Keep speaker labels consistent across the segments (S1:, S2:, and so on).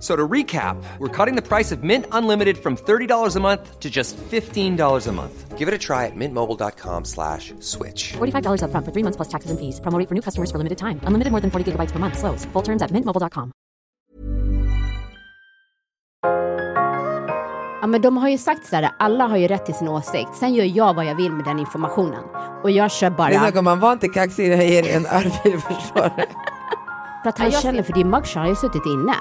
S1: So to recap, we're cutting the price of Mint Unlimited from $30 a month to just $15 a month. Give it a try at mintmobile.com slash switch.
S2: $45 upfront for three months plus taxes and fees. Promo rate for new customers for limited time. Unlimited more than 40 gigabytes per month. Slows. Full terms at mintmobile.com.
S3: Ja, men de har ju sagt så här, alla har ju rätt till sin åsikt. Sen gör jag vad jag vill med den informationen. Och jag kör bara
S4: Lyssna gumman, var inte kaxig när jag ger dig en örfil försvarare.
S3: för att han
S4: jag
S3: känner för din mugshot har ju suttit inne.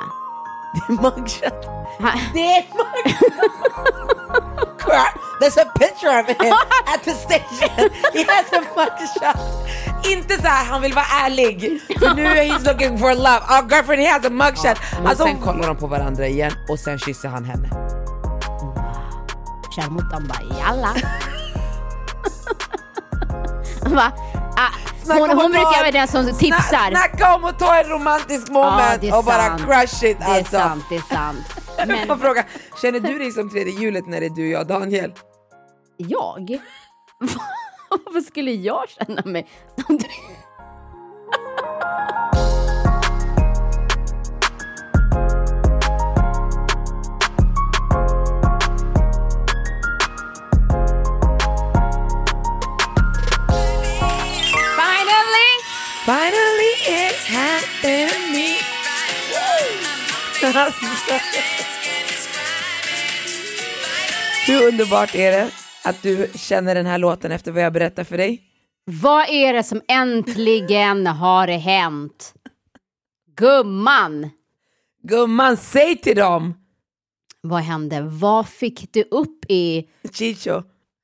S4: Mugshot.
S3: Han,
S4: Det är mugshot! There's a picture of him at the station. He has a mugshot. Inte så här, han vill vara ärlig. För nu är he's looking for love. Our girlfriend, he has a mugshot.
S5: Men
S4: alltså,
S5: sen kollar de på varandra igen och sen kysser han henne.
S3: kör mot dem bara, jalla. Han bara, ah,
S4: Snacka
S3: hon,
S4: om
S3: hon
S4: att
S3: brukar
S4: ta-
S3: vara den som tipsar.
S4: snacka om att ta en romantisk moment
S3: det är
S4: och bara
S3: sant.
S4: crush it
S3: det är
S4: alltså.
S3: sant, det är sant. Men
S4: Jag frågar, känner du dig som tredje hjulet när det är du och jag Daniel?
S3: jag? Varför skulle jag känna mig som Finally!
S4: Finally it's happening. Hur underbart är det att du känner den här låten efter vad jag berättar för dig?
S3: Vad är det som äntligen har hänt? Gumman,
S4: Gumman, säg till dem!
S3: vad hände? Vad fick du upp i,
S4: Chicho,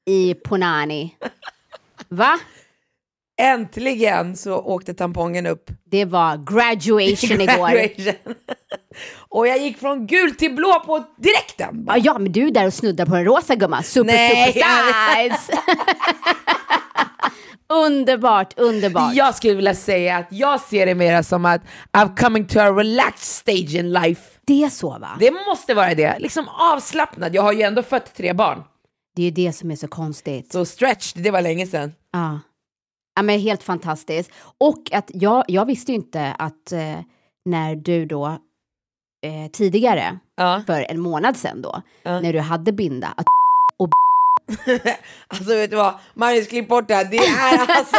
S3: i Ponani? Va?
S4: äntligen så åkte tampongen upp.
S3: Det var graduation igår.
S4: Graduation. och jag gick från gul till blå på direkten.
S3: Ja, ja, men du är där och snuddar på den rosa gumman. Super,
S4: Nej,
S3: super size! underbart, underbart.
S4: Jag skulle vilja säga att jag ser det mera som att I'm coming to a relaxed stage in life.
S3: Det är så va?
S4: Det måste vara det. Liksom avslappnad. Jag har ju ändå fött tre barn.
S3: Det är ju det som är så konstigt.
S4: Så stretched, det var länge sedan.
S3: Ja. ja, men helt fantastiskt. Och att jag, jag visste ju inte att eh, när du då eh, tidigare,
S4: Ja.
S3: för en månad sedan då, när du hade binda, att
S4: Alltså vet du vad, Magnus klipp bort det här. Det är alltså...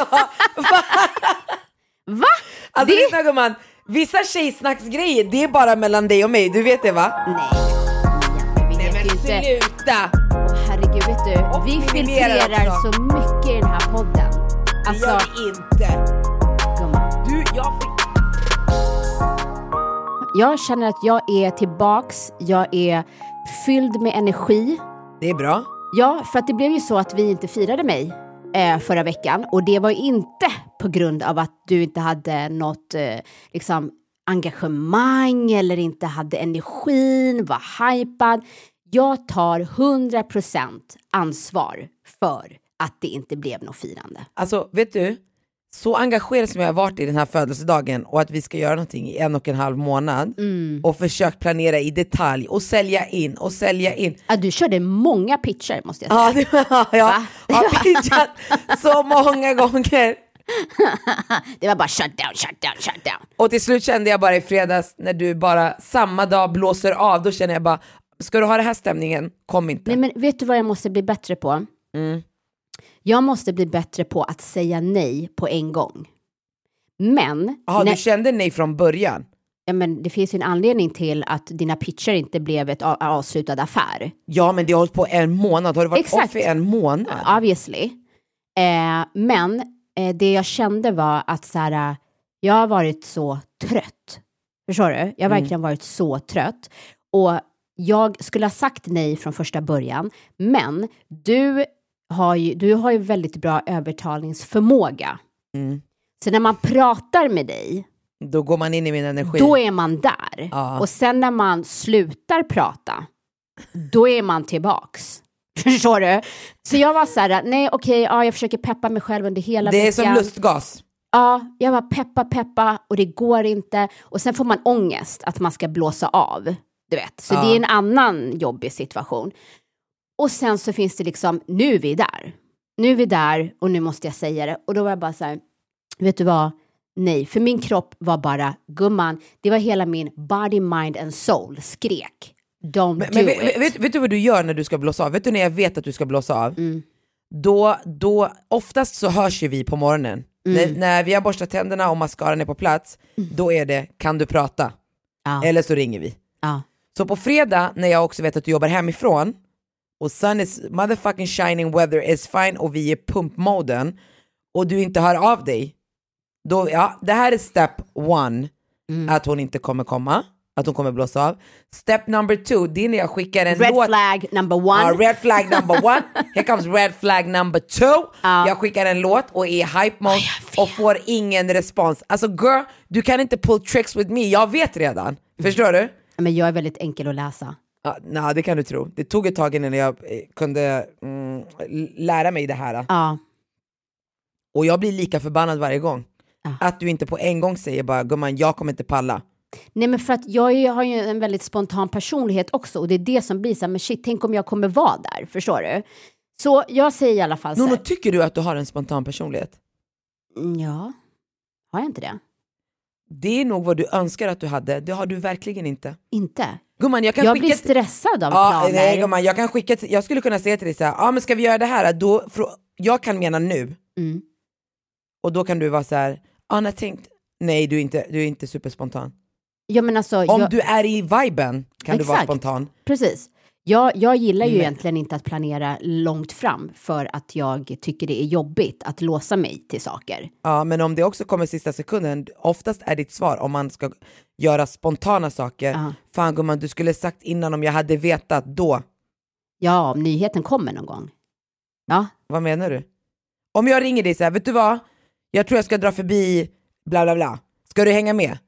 S3: va?
S4: alltså
S3: Det-
S4: lyssna gumman. Vissa tjejsnacksgrejer, det är bara mellan dig och mig. Du vet det va?
S3: Nej, Mia, vi vet ju inte.
S4: sluta!
S3: Åh, herregud, vet du,
S4: Och
S3: vi
S4: minimerar
S3: filtrerar
S4: också.
S3: så mycket i den här podden.
S4: Det
S3: Alltså,
S4: gör vi inte.
S3: gumman.
S4: Du, jag får...
S3: Jag känner att jag är tillbaks, jag är fylld med energi.
S4: Det är bra.
S3: Ja, för att det blev ju så att vi inte firade mig eh, förra veckan och det var ju inte på grund av att du inte hade något eh, liksom, engagemang eller inte hade energin, var hypad. Jag tar 100% ansvar för att det inte blev något firande.
S4: Alltså vet du, så engagerad som jag har varit i den här födelsedagen och att vi ska göra någonting i en och en halv månad
S3: Mm.
S4: och försökt planera i detalj och sälja in och sälja in.
S3: Ja, du körde många pitcher måste jag säga.
S4: Ja, det,
S3: Ah,
S4: ja, jag har pitchat så många gånger.
S3: Det var bara shut down, shut down, shut down.
S4: Och till slut kände jag bara i fredags när du bara samma dag blåser av, då känner jag bara, ska du ha den här stämningen, kom inte.
S3: Nej, men vet du vad jag måste bli bättre på?
S4: Mm.
S3: Jag måste bli bättre på att säga nej på en gång. Men,
S4: Jaha,
S3: nej,
S4: du kände nej från början?
S3: ja, men det finns ju en anledning till att dina pitcher inte blev ett a- avslutad affär.
S4: Ja, men det har hållit på en månad, har du varit
S3: Exakt.
S4: off i en månad?
S3: Obviously. Eh, men eh, det jag kände var att så här, eh, jag har varit så trött. Förstår du? Jag har verkligen varit så trött. Och jag skulle ha sagt nej från första början, men du har ju, du har ju väldigt bra övertalningsförmåga.
S4: Mm.
S3: Så när man pratar med dig,
S4: Då går man in i min energi.
S3: då är man där.
S4: Ja.
S3: Och sen när man slutar prata, då är man tillbaks. Förstår du? Så jag var så här, nej okej, ja, jag försöker peppa mig själv under hela
S4: det är
S3: veckan.
S4: som lustgas.
S3: Ja, jag bara peppa, peppa och det går inte. Och sen får man ångest att man ska blåsa av, du vet. Så det är en annan jobbig situation. Och sen så finns det liksom, nu är vi där. Nu är vi där och nu måste jag säga det. Och då var jag bara så här, vet du vad? Nej, för min kropp var bara, gumman, det var hela min body, mind and soul skrek. Don't do
S4: Men vet,
S3: it.
S4: vet, vet du vad du gör när du ska blåsa av? Vet du när jag vet att du ska blåsa av?
S3: Mm.
S4: Då, då, oftast så hörs ju vi på morgonen.
S3: Mm.
S4: När, när vi har borstat tänderna och mascaran är på plats, då är det kan du prata?
S3: Ja.
S4: Eller så ringer vi.
S3: ja.
S4: Så på fredag när jag också vet att du jobbar hemifrån och sun is motherfucking shining weather is fine och vi är pumpmoden och du inte hör av dig. Då, ja, det här är step one,
S3: Mm.
S4: att hon inte kommer komma, att hon kommer blåsa av. Step number two, det är när jag skickar en
S3: Red
S4: låt.
S3: flag number one.
S4: Ja, red flag number one, here comes red flag number two. Jag skickar en låt och är i hype mode och får ingen respons. Alltså girl, du kan inte pull tricks with me, jag vet
S3: Mm.
S4: redan. Förstår du?
S3: Men jag är väldigt enkel att läsa.
S4: Ja, Nej, det kan du tro. Det tog ett tag innan jag eh, kunde mm, l- lära mig det här.
S3: Ja,
S4: Och jag blir lika förbannad varje gång. Att du inte på en gång säger bara gumman, jag kommer inte palla.
S3: Nej, men för att jag är- har ju en väldigt spontan personlighet också och det är det som blir så här, men shit, tänk om jag kommer vara där, förstår du? Så jag säger i alla fall så
S4: Nono,
S3: här,
S4: tycker du att du har en spontan personlighet?
S3: "Mm, ja, har jag inte det?
S4: Det är nog vad du önskar att du hade, det har du verkligen inte.
S3: Inte?
S4: Gumman, jag kan
S3: Jag
S4: skicka...
S3: blir
S4: ett-
S3: stressad av
S4: Ja,
S3: planer.
S4: nej, gumman, jag kan skicka, ett- jag skulle kunna säga till dig så här, ja men ska vi göra det här? Då, frå- jag kan mena nu.
S3: Mm.
S4: Och då kan du vara så här, Anna tänkt, nej du är inte, du är inte superspontan.
S3: Ja, men alltså,
S4: Om
S3: jag,
S4: du är i viben kan du vara
S3: Exakt.
S4: spontan.
S3: precis. Jag, jag gillar ju egentligen inte att planera långt fram för att jag tycker det är jobbigt att låsa mig till saker.
S4: Ja, men om det också kommer sista sekunden, oftast är ditt svar om man ska göra spontana saker,
S3: Ja.
S4: fan gumman du skulle sagt innan om jag hade vetat då.
S3: Ja, om nyheten kommer någon gång. Ja,
S4: Vad menar du? Om jag ringer dig så här, vet du vad? Jag tror jag ska dra förbi bla bla bla. Ska du hänga med?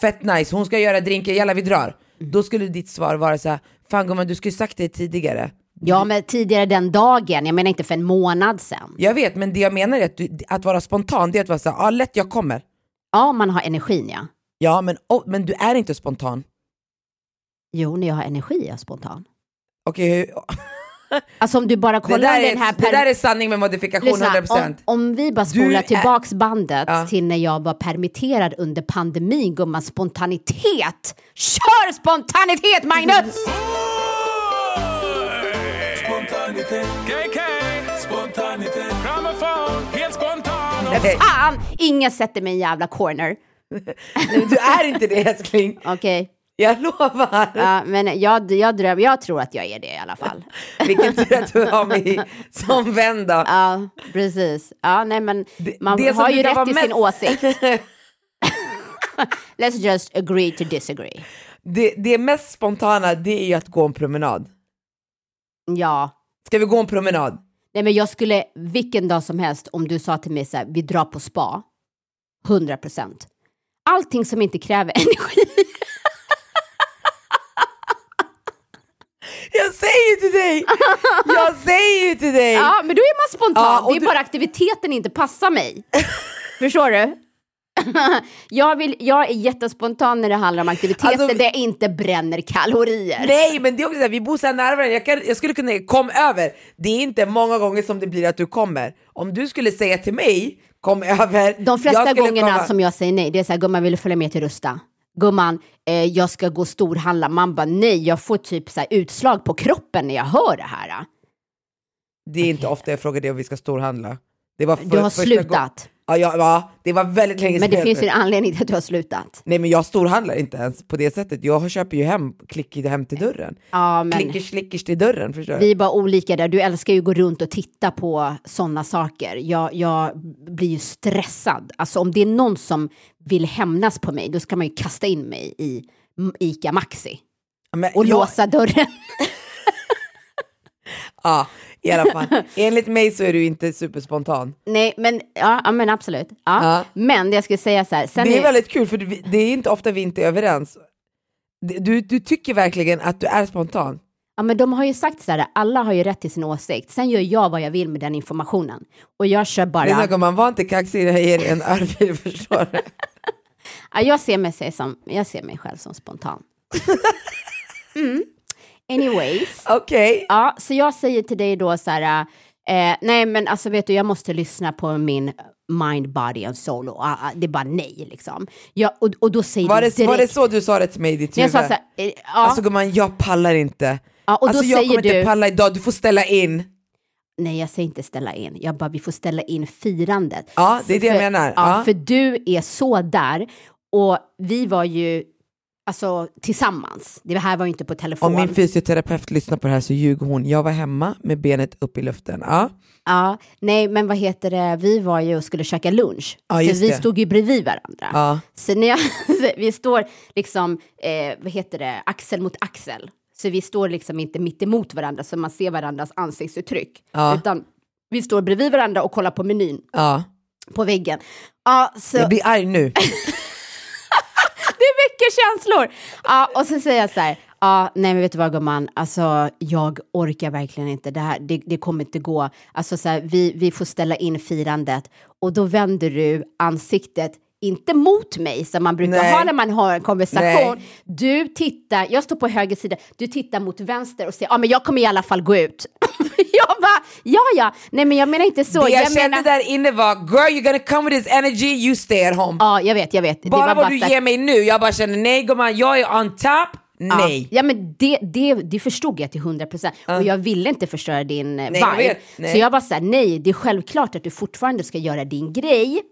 S4: Fett nice, hon ska göra drinken, jalla vi drar. Då skulle ditt svar vara så här, fan gumman du skulle sagt det tidigare.
S3: ja men tidigare den dagen, jag menar inte för en månad sedan.
S4: Jag vet, men det jag menar är att, du, att vara spontan, det är att vara så här, ja lätt jag kommer.
S3: Ja, man har energin ja.
S4: Ja, men, oh, men du är inte spontan.
S3: Jo, när jag har energi är jag spontan.
S4: Okej, hur-
S3: Alltså om du bara
S4: det,
S3: kollar
S4: där
S3: den här
S4: är, det där är sanning med modifikation,
S3: Lyssna,
S4: 100%.
S3: om, om vi bara
S4: Du
S3: spolar
S4: är-
S3: tillbaks bandet
S4: Ja.
S3: till när jag var permitterad under pandemin, gumman, spontanitet! Kör spontanitet, Magnus!
S6: Spontanitet. KK. Spontanitet. Grammofon. Helt spontan.
S4: Nej,
S3: Fan, ingen sätter mig i en jävla corner.
S4: du är inte det älskling,
S3: Okej,
S4: jag lovar.
S3: ja, men jag, jag drömmer, jag tror att jag är det i alla fall.
S4: Vilken tur att du har mig som vän då.
S3: Ja, precis. Ja, nej men man
S4: det som
S3: har ju
S4: brukar
S3: rätt
S4: vara
S3: till sin
S4: mest-
S3: åsikt. Let's just agree to disagree.
S4: Det, det mest spontana det är ju att gå en promenad.
S3: Ja,
S4: Ska vi gå en promenad?
S3: Nej men jag skulle vilken dag som helst om du sa till mig så här, vi drar på spa. 100 procent. Allting som inte kräver energi.
S4: Jag säger ju till dig! Jag säger ju till dig!
S3: Ja, men då är man spontan.
S4: Ja, och
S3: det är
S4: du-
S3: bara aktiviteten inte passar mig. Förstår du? jag, vill, jag är jättespontan när det handlar om aktiviteter
S4: Alltså,
S3: där jag inte bränner kalorier.
S4: Nej men det är också så här, vi bor så här nära varandra, jag, kan, jag skulle kunna kom över. Det är inte många gånger som det blir att du kommer. Om du skulle säga till mig, kom över.
S3: De
S4: jag
S3: flesta
S4: skulle
S3: gångerna
S4: komma.
S3: som jag säger nej, det är så här, gumman vill du följa med till Rusta? Gumman, eh, jag ska gå och storhandla. Man bara nej, jag får typ så här, utslag på kroppen när jag hör det här. eh.
S4: Det är inte ofta jag frågar dig om vi ska storhandla. Det var för,
S3: Du har
S4: första gång-
S3: slutat.
S4: Ja, ja, ja, det var väldigt länge
S3: Men det
S4: jag-
S3: finns ju en anledning till att du har slutat.
S4: Nej men jag storhandlar inte ens på det sättet. Jag köper ju hem, klick hem till dörren.
S3: Ja, men
S4: Klickers, klickers till dörren förstår du.
S3: vi är bara olika där. Du älskar ju att gå runt och titta på sådana saker. Jag, jag blir ju stressad. Alltså om det är någon som vill hämnas på mig, då ska man ju kasta in mig i M- ICA Maxi
S4: Men
S3: och
S4: jag-
S3: låsa dörren.
S4: Ja, i alla fall. Enligt mig så är du inte superspontan.
S3: Nej, men, ja, ja, men absolut. Ja.
S4: Ja.
S3: Men det jag skulle säga så här, sen
S4: Det är
S3: är,
S4: väldigt kul för du- det är inte ofta vi inte är överens. Du, du tycker verkligen att du är spontan.
S3: Ja, men de har ju sagt så här, alla har ju rätt till sin åsikt. Sen gör jag vad jag vill med den informationen. Och jag kör
S4: Det är
S3: bara...
S4: snack om man var inte kaxig, det här ger en örfil, förstår du?
S3: Ja, jag, ser mig sig som, jag ser mig själv som spontan. mm. Anyways.
S4: Okej.
S3: Ja, så jag säger till dig då så här, eh, nej men alltså vet du, jag måste lyssna på min mind, body and soul och ah, ah, det är bara nej liksom. Jag, och, och då säger
S4: Var
S3: du
S4: det,
S3: direkt,
S4: var det så du sa det till mig i ditt
S3: jag
S4: huvud?
S3: sa så här, eh, ja,
S4: Alltså gumman, jag pallar inte.
S3: Ja, och då
S4: alltså jag
S3: säger
S4: kommer
S3: du-
S4: inte palla idag, du får ställa in.
S3: nej jag säger inte ställa in, jag bara vi får ställa in firandet.
S4: Ja, det är det jag
S3: För-
S4: menar.
S3: Ja,
S4: Ja.
S3: för du är så där och vi var ju alltså tillsammans, det här var ju inte på telefon.
S4: Om min fysioterapeut lyssnar på det här så ljuger hon. Jag var hemma med benet upp i luften. Ja.
S3: Ja, nej men vad heter det, vi var ju och skulle käka lunch.
S4: Ja,
S3: så
S4: just
S3: vi
S4: det.
S3: stod ju bredvid varandra.
S4: Ja.
S3: Så när jag, vi står liksom, eh, vad heter det, axel mot axel. Så vi står liksom inte mitt emot varandra så man ser varandras ansiktsuttryck.
S4: Ja.
S3: Utan vi står bredvid varandra och kollar på menyn
S4: ja.
S3: på väggen. Ja, så
S4: Jag blir arg nu.
S3: det väcker känslor. Ja, och så säger jag så här, ja, nej men vet du vad gumman, alltså jag orkar verkligen inte, det här, det, det kommer inte gå. Alltså så här, vi, vi får ställa in firandet och då vänder du ansiktet inte mot mig som man brukar
S4: Nej.
S3: ha när man har en konversation.
S4: Nej.
S3: Du tittar, jag står på höger sida, du tittar mot vänster och säger, ja men jag kommer i alla fall gå ut. jag bara, ja ja, nej men jag menar inte så.
S4: det jag, kände
S3: menar,
S4: där inne var, girl you're gonna come with this energy, you stay at home.
S3: Ja, jag vet, jag vet. Det
S4: bara
S3: var
S4: vad du
S3: så här-
S4: ger mig nu, jag bara känner nej gumman, jag är on top,
S3: Ja.
S4: nej.
S3: Ja, men det, det, det förstod jag till 100 procent. Och jag ville inte förstöra din eh,
S4: Nej, jag
S3: vibe.
S4: vet. Nej.
S3: Så jag var så här, nej, det är självklart att du fortfarande ska göra din grej.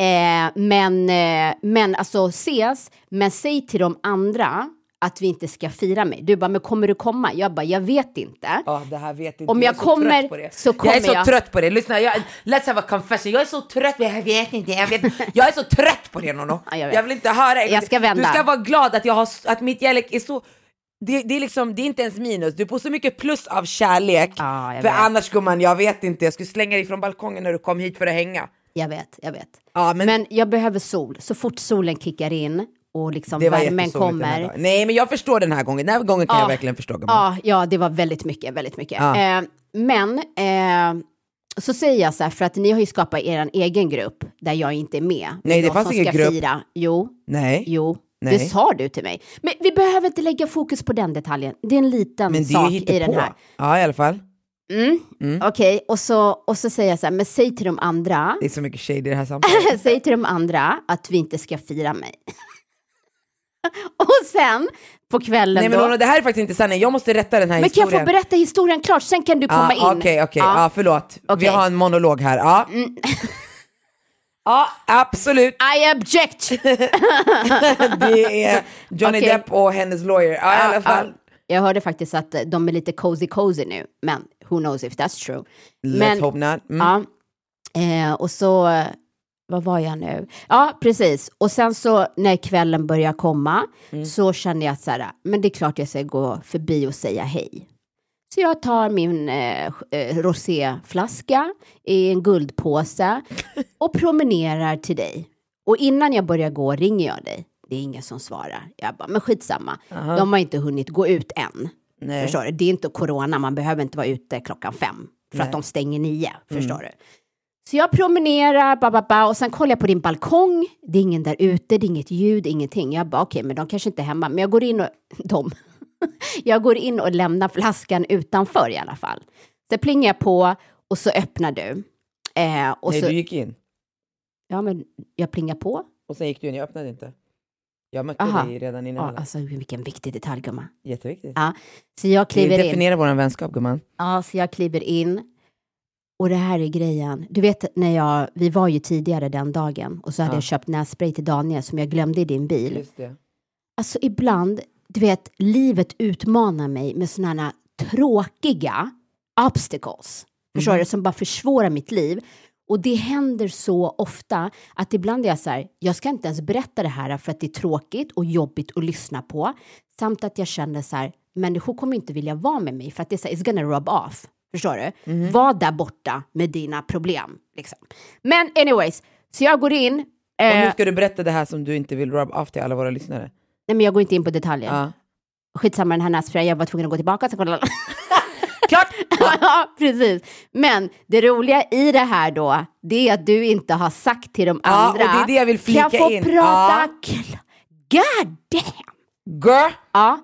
S3: Eh, men, eh, men alltså ses, men säg till de andra att vi inte ska fira mig. Du bara, men kommer du komma? Jag bara, jag vet inte.
S4: Ja, det här vet inte.
S3: Om
S4: är
S3: jag kommer,
S4: trött på det.
S3: så
S4: Jag är
S3: kommer
S4: så
S3: jag.
S4: trött på det. Lyssna, jag, let's have a confession. Jag är så trött på det. Jag vet inte. Jag, vet, jag är så trött på det Nono.
S3: Ja, jag vet.
S4: vill inte höra.
S3: Jag ska vända.
S4: Du ska vara glad att, jag har, att mitt kärlek är så... Det, det, är liksom, det är inte ens minus, du får så mycket plus av kärlek.
S3: Ja, jag
S4: för
S3: vet.
S4: annars gumman, jag vet inte. Jag skulle slänga dig från balkongen när du kom hit för att hänga.
S3: Jag vet, jag vet.
S4: Ja, men-
S3: men jag behöver sol. Så fort solen kickar in och liksom
S4: Det var
S3: värmen
S4: jättesorgligt den här
S3: kommer.
S4: dagen. Nej men jag förstår den här gången. Den här gången kan
S3: Ja.
S4: jag verkligen förstå gumman.
S3: Ja, ja, det var väldigt mycket, väldigt mycket.
S4: Ja.
S3: Eh, men eh, så säger jag så här, för att ni har ju skapat er egen grupp där jag inte är med.
S4: Nej,
S3: Med
S4: det
S3: de
S4: fanns
S3: som
S4: ingen
S3: ska
S4: grupp.
S3: Fira. Jo,
S4: Nej.
S3: jo.
S4: Nej.
S3: Det sa du till mig. Men vi behöver inte lägga fokus på den detaljen. Det är en liten
S4: Men det är
S3: sak
S4: ju Mm.
S3: i den
S4: hittepå.
S3: här.
S4: Ja i alla fall.
S3: Okej, och, så, och så säger jag så här, men säg till de andra,
S4: Det är så mycket shade i det här samtalet.
S3: säg till de andra att vi inte ska fira mig. och sen på kvällen
S4: Nej men
S3: då.
S4: Lona, det här är faktiskt inte sanningen, jag måste rätta den här
S3: men kan
S4: historien.
S3: jag få berätta historien klart? Sen kan du komma in.
S4: ah, Okej, okej,
S3: Ja.
S4: ah. förlåt. Vi
S3: Okej. Mm.
S4: har en monolog här. Ja, ah. absolut.
S3: I object!
S4: Det är Johnny
S3: Okej.
S4: Depp och hennes lawyer. Ja, i alla fall.
S3: Jag hörde faktiskt att eh, de är lite cozy cozy nu, men who knows if that's true.
S4: Let's
S3: men,
S4: hope not. Mm.
S3: Ja, eh, och så, eh, vad var jag nu? Ja, precis. Och sen så när kvällen börjar komma
S4: Mm.
S3: så känner jag att så här, men det är klart jag ska gå förbi och säga hej. Så jag tar min eh, eh, roséflaska i en guldpåse och promenerar till dig. Och innan jag börjar gå ringer jag dig. Det är ingen som svarar. Jag bara, men skitsamma. De har inte hunnit gå ut än.
S4: Nej.
S3: Förstår du? Det är inte corona, man behöver inte vara ute klockan fem. För att de stänger nio, förstår du? Så jag promenerar, ba, ba, ba, och sen kollar jag på din balkong. Det är ingen där ute, det är inget ljud, ingenting. Jag bara, okej, men de kanske inte är hemma. Men jag går in och... De. Jag går in och lämnar flaskan utanför i alla fall. Så plingar jag på och så öppnar du. Eh, och
S4: Nej,
S3: så,
S4: du gick in
S3: Ja, men jag plingar på.
S4: och sen gick du in, jag öppnade inte. Jag mötte
S3: Aha.
S4: dig redan innan.
S3: Ja, alltså, vilken viktig detalj, gumman.
S4: Jätteviktigt.
S3: Ja, så jag
S4: Det
S3: kliver in. Mm.
S4: definierar vår vänskap gumman.
S3: Ja, så jag kliver in. Och det här är grejen. Du vet, när jag, vi var ju tidigare den dagen och så hade jag köpt nässpray till Daniel som jag glömde i din bil.
S4: Just det.
S3: Alltså ibland, du vet, livet utmanar mig med sådana här tråkiga obstacles. Förstår du? Som bara försvårar mitt liv. Och det händer så ofta att ibland är jag så här, jag ska inte ens berätta det här för att det är tråkigt och jobbigt att lyssna på. Samt att jag känner så här, människor kommer inte vilja vara med mig för att det är så här, it's gonna rub off. Förstår du? Var där borta med dina problem. Liksom. Men anyways, så jag går in.
S4: Och
S3: eh,
S4: nu ska du berätta det här som du inte vill rub off till alla våra lyssnare.
S3: Nej, men jag går inte in på detaljer.
S4: Ja.
S3: skitsamma den här nässprayen, jag var tvungen att gå tillbaka. Så kolla.
S4: Klart!
S3: ja, precis. Men det roliga i det här då, det är att du inte har sagt till de
S4: Ja, och
S3: andra.
S4: det är det jag vill flika
S3: Kan få
S4: in.
S3: prata
S4: Ja.
S3: kl- God damn!
S4: Girl!
S3: Ja.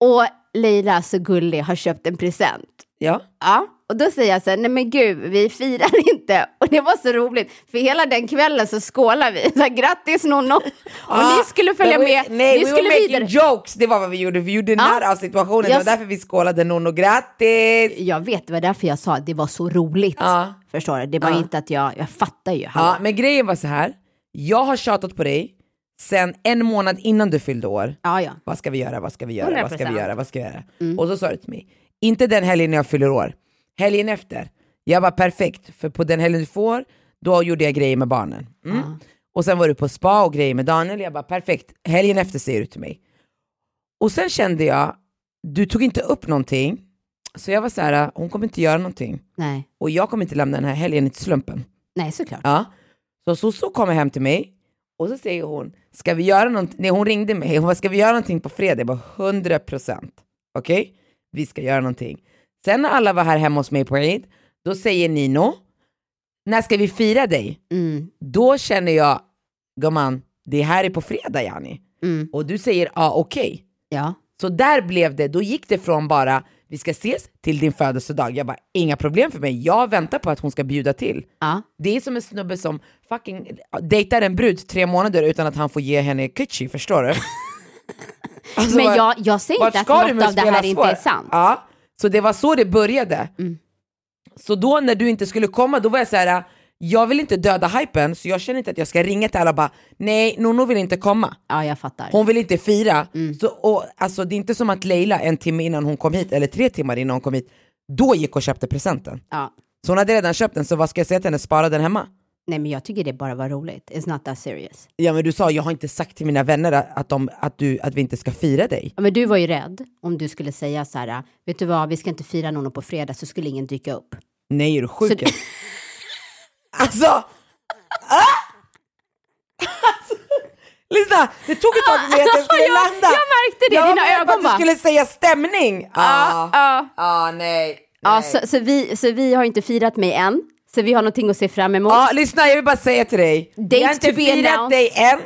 S3: Och Leila så gullig har köpt en present.
S4: Ja.
S3: Ja, och då säger jag så här, nej men gud, vi firar inte. Och det var så roligt, för hela den kvällen så skålar vi. Så här, Grattis nonno! Och ni skulle följa
S4: Ah, Men we,
S3: med,
S4: Nej,
S3: ni
S4: we
S3: skulle
S4: were
S3: vidare. Ah,
S4: making jokes, det var vad vi gjorde. Vi gjorde narr av situationen, det
S3: Jag
S4: var därför vi skålade Nonno grattis!
S3: Jag vet, det var därför jag sa att det var så roligt.
S4: Ja.
S3: Förstår du? Det var inte att jag, jag fattar ju.
S4: Ja,
S3: Ja.
S4: men grejen var så här. jag har tjatat på dig sen en månad innan du fyllde år.
S3: Ja, ja.
S4: Vad ska vi göra, vad ska vi göra, vad ska vi
S3: 100%.
S4: göra, vad ska vi göra? Och så sa du till mig, inte den helgen när jag fyller år, helgen efter. Jag var perfekt, för på den helgen du får, då gjorde jag grejer med barnen. Mm. Och sen var du på spa och grejer med Daniel, jag bara perfekt, helgen efter säger du till mig. Och sen kände jag, du tog inte upp någonting, så jag var så här, hon kommer inte göra någonting.
S3: Nej.
S4: Och jag kommer inte lämna den här helgen till slumpen.
S3: nej, såklart.
S4: Ja. Så Soso kommer hem till mig och så säger hon, ska vi göra någonting? Nej hon ringde mig, hon bara, ska vi göra någonting på fredag? Jag bara, 100 procent. Okej? Vi ska göra någonting. Sen när alla var här hemma hos mig på Eid, då säger Nino, när ska vi fira dig?
S3: Mm,
S4: Då känner jag, gumman, det här är på fredag Jani.
S3: mm,
S4: Och du säger, ja ah, okej.
S3: ja.
S4: Så där blev det, då gick det från bara, vi ska ses till din födelsedag. Jag bara, inga problem för mig, jag väntar på att hon ska bjuda till.
S3: ja.
S4: Det är som en snubbe som fucking dejtar en brud tre månader utan att han får ge henne kitschy, förstår du? Alltså,
S3: Men
S4: var-
S3: jag, jag säger
S4: vart
S3: inte att
S4: ska du
S3: något
S4: med
S3: av det
S4: spela
S3: här inte
S4: svår?
S3: är sant. Mm.
S4: Ja, så det var så det började. Så då när du inte skulle komma, då var jag så här. jag vill inte döda hypen så jag känner inte att jag ska ringa till alla och bara, nej Nono vill inte komma.
S3: Ja, jag fattar.
S4: Hon vill inte fira.
S3: Mm.
S4: Så, och, alltså, det är inte som att Leila en timme innan hon kom hit, eller tre timmar innan hon kom hit, då gick och köpte presenten.
S3: Ja.
S4: Så hon hade redan köpt den, så vad ska jag säga till henne? Spara den hemma.
S3: Nej, men jag tycker det bara var roligt. It's not that serious.
S4: Ja men du sa, jag har inte sagt till mina vänner att, att, de, att, du, att vi inte ska fira dig.
S3: Ja, men du var ju rädd om du skulle säga så här, vet du vad, vi ska inte fira någon på fredag så skulle ingen dyka upp.
S4: Nej är du
S3: Så
S4: sjuk
S3: det-
S4: eller? Alltså! Ah! Alltså, Lyssna, det tog ett tag för mig att jag skulle
S3: Ja, Alltså, jag-
S4: landa.
S3: jag märkte det,
S4: jag var
S3: dina
S4: med på
S3: ögon bara-
S4: att du skulle säga stämning. Ah, ah,
S3: Ja,
S4: nej. nej.
S3: ja så, så, vi, så vi har inte firat mig än, så vi har någonting att se fram emot.
S4: Ja, lyssna jag vill bara säga till dig. jag har
S3: Date
S4: inte
S3: to be
S4: firat
S3: announced.
S4: dig än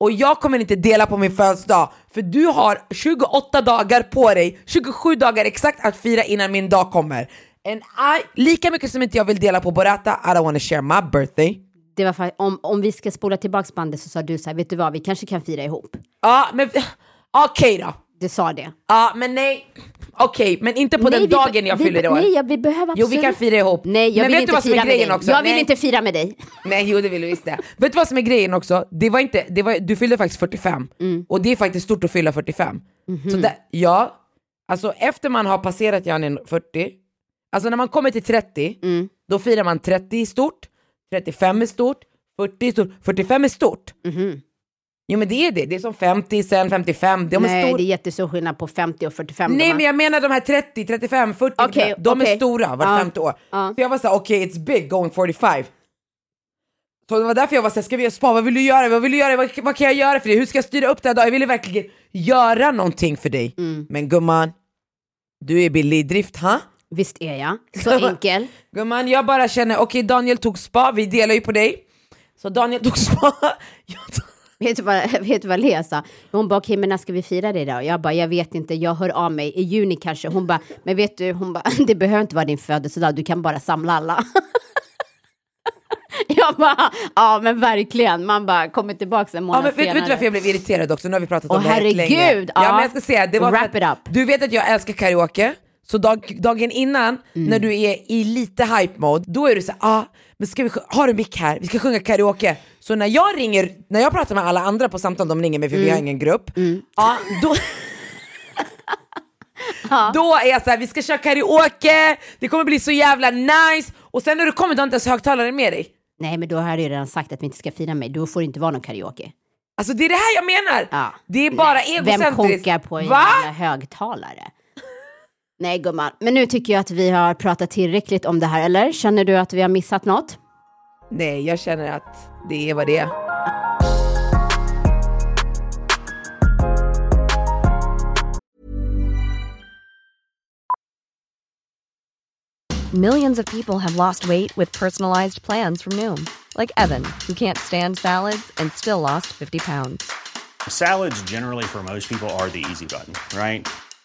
S4: och jag kommer inte dela på min födelsedag. För du har 28 dagar på dig, 27 dagar exakt att fira innan min dag kommer. And I, lika mycket som inte jag vill dela på Borata, I don't wanna share my birthday.
S3: Det var fa- om, om vi ska spola tillbaks bandet så sa du så här, vet du vad, vi kanske kan fira ihop.
S4: Ja, men okej då.
S3: Du sa det.
S4: Ja, men nej. Okej, men inte på den
S3: vi be-
S4: dagen jag
S3: vi
S4: fyller
S3: be-
S4: år.
S3: Nej, jag, vi behöver
S4: Jo, vi
S3: absolut-
S4: kan fira ihop.
S3: Nej, jag
S4: Men vet
S3: vill
S4: du vad
S3: inte
S4: som är
S3: fira med
S4: grejen
S3: dig.
S4: också?
S3: Jag vill
S4: Nej.
S3: inte fira med dig.
S4: Nej jo det vill du visst det. Vet du vad som är grejen också? Det var inte, det var, du fyllde faktiskt 45
S3: Mm.
S4: och det är faktiskt stort att fylla 45.
S3: Mhm.
S4: Så där, ja, alltså efter man har passerat Janne 40, alltså när man kommer till 30,
S3: Mm.
S4: då firar man 30 är stort, 35 är stort, 40 är stort, 45 är stort.
S3: Mhm.
S4: Jo men det är det, det är som 50, sen 55, de är
S3: Nej,
S4: stora.
S3: det är jättestor skillnad på 50 och 45.
S4: Nej
S3: gumman.
S4: men jag menar de här 30, 35, 40,
S3: Okej,
S4: de är
S3: okej.
S4: stora var
S3: Ja,
S4: femte år.
S3: ja.
S4: Så jag var såhär, okej it's big going 45. Så det var därför jag var såhär, ska vi göra spa, vad vill du göra, vad vill du göra, vad, vad kan jag göra för dig, hur ska jag styra upp den här dagen? Jag ville verkligen göra någonting för dig.
S3: Mm.
S4: Men gumman, du är billig i drift ha?
S3: Visst är jag. Så enkel.
S4: Gumman jag bara känner, okej Daniel tog spa, vi delar ju på dig. Så Daniel tog spa, jag tog
S3: Vet du vad, vet du vad Lea sa? Hon bara, okej men när ska vi fira det då? Jag bara, jag vet inte, jag hör av mig i juni kanske. Hon bara, men vet du, hon bara, det behöver inte vara din födelsedag, du kan bara samla alla. Jag bara, ja men verkligen, man bara kommer tillbaka en
S4: Ja,
S3: månad
S4: men vet,
S3: senare.
S4: vet du varför jag blev irriterad också? Nu har vi pratat om
S3: Åh,
S4: det här
S3: herregud,
S4: länge.
S3: ja.
S4: Ja, men jag ska säga, det var för
S3: Wrap
S4: att-
S3: it up.
S4: Du vet att jag älskar karaoke, så dag, dagen innan
S3: Mm.
S4: när du är i lite hype mode, då är du så här, ah, men ska vi sj- har du mick här, vi ska sjunga karaoke. Så när jag ringer, när jag pratar med alla andra på samtal, de ringer mig för
S3: Mm.
S4: vi har ingen grupp, ja, då, då är jag så här, vi ska köra karaoke, det kommer bli så jävla nice. Och sen när du kommer, du har inte ens högtalaren med dig.
S3: Nej men då har jag ju redan sagt att vi inte ska fira mig, då får det inte vara någon karaoke.
S4: Alltså det är det här jag menar!
S3: Ja.
S4: Det är bara
S3: Vem
S4: egocentriskt.
S3: konkar på en
S4: Va?
S3: jävla högtalare? Nej gumman, men nu tycker jag att vi har pratat tillräckligt om det här, eller? Känner du att vi har missat något?
S4: Nej, jag känner att det är vad det är.
S7: Millions of people have lost weight with personalized plans from Noom, like Evan, who can't stand salads and still lost 50 pounds.
S8: Salads, generally, for most people, are the easy button, right?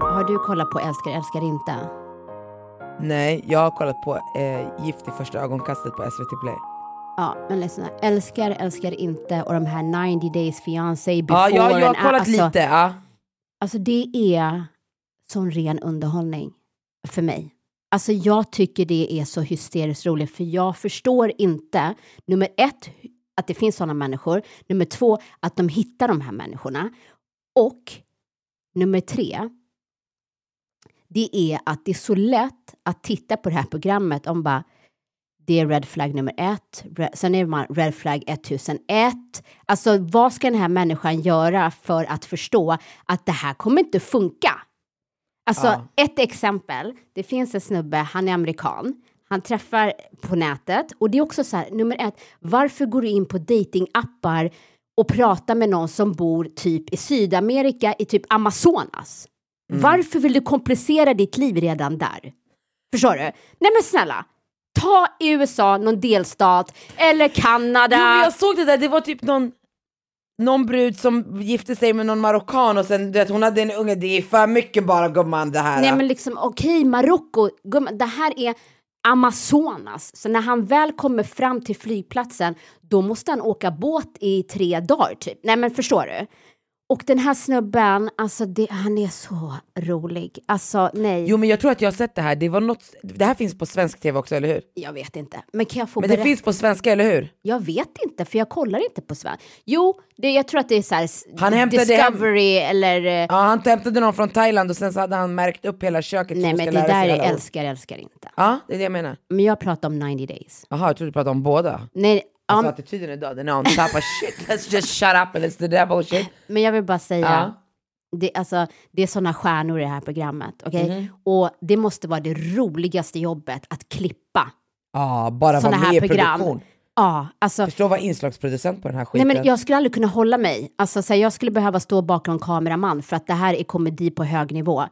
S3: Har du kollat på Älskar, älskar inte?
S4: Nej, jag har kollat på eh, Gift i första ögonkastet på SVT Play.
S3: Ja, men lyssna. Älskar, älskar inte och de här 90 days fiancé,
S4: Ja,
S3: before
S4: jag, jag har
S3: and-
S4: kollat
S3: alltså,
S4: lite. Ja.
S3: Alltså det är sån ren underhållning för mig. Alltså jag tycker det är så hysteriskt roligt för jag förstår inte, nummer ett, att det finns sådana människor, nummer två, att de hittar de här människorna och nummer tre, det är att det är så lätt att titta på det här programmet om bara det är red flag nummer ett, re- sen är man red flag 1001. Alltså vad ska den här människan göra för att förstå att det här kommer inte funka? Alltså ett exempel, det finns en snubbe, han är amerikan, han träffar på nätet och det är också så här, nummer ett, varför går du in på datingappar och pratar med någon som bor typ i Sydamerika, i typ Amazonas?
S4: Mm.
S3: Varför vill du komplicera ditt liv redan där? Förstår du? Nej men snälla, ta USA, någon delstat, eller Kanada.
S4: Jo, men jag såg det där, det var typ någon, någon brud som gifte sig med någon marockan och sen du vet, hon hade en unge, det är för mycket bara gumman det här.
S3: Nej men liksom okej, Marocko, gumman, det här är Amazonas. Så när han väl kommer fram till flygplatsen, då måste han åka båt i tre dagar typ. Nej men förstår du? Och den här snubben, alltså det, han är så rolig. Alltså nej,
S4: Jo men jag tror att jag har sett det här, det, var något, det här finns på svensk tv också eller hur?
S3: jag vet inte. Men kan jag få
S4: Men det
S3: berätta?
S4: finns på svenska eller hur?
S3: Jag vet inte, för jag kollar inte på svensk. Jo, det, jag tror att det är så här, s-
S4: Han hämtade hem-
S3: Discovery eller... eh,
S4: Ja han hämtade någon från Thailand och sen så hade han märkt upp hela köket så
S3: nej
S4: hon
S3: men
S4: ska
S3: det
S4: lära
S3: där
S4: sig
S3: är
S4: alla ord.
S3: älskar, älskar inte.
S4: Ja det är det jag menar.
S3: Men jag pratar om 90 days.
S4: Jaha jag trodde du pratade om båda.
S3: Nej, ja,
S4: Alltså attityden idag den är on top of shit, let's just shut up and let's do that bullshit.
S3: Men jag vill bara säga,
S4: Ja.
S3: det, alltså, det är sådana stjärnor i det här programmet. okej? Och det måste vara det roligaste jobbet att klippa
S4: Ja bara
S3: sådana
S4: vara med
S3: här
S4: i
S3: program.
S4: produktion.
S3: Ja, alltså,
S4: Förstå att vara inslagsproducent på den här
S3: nej,
S4: skiten.
S3: men jag skulle aldrig kunna hålla mig. Alltså, så här, jag skulle behöva stå bakom kameraman för att det här är komedi på hög nivå.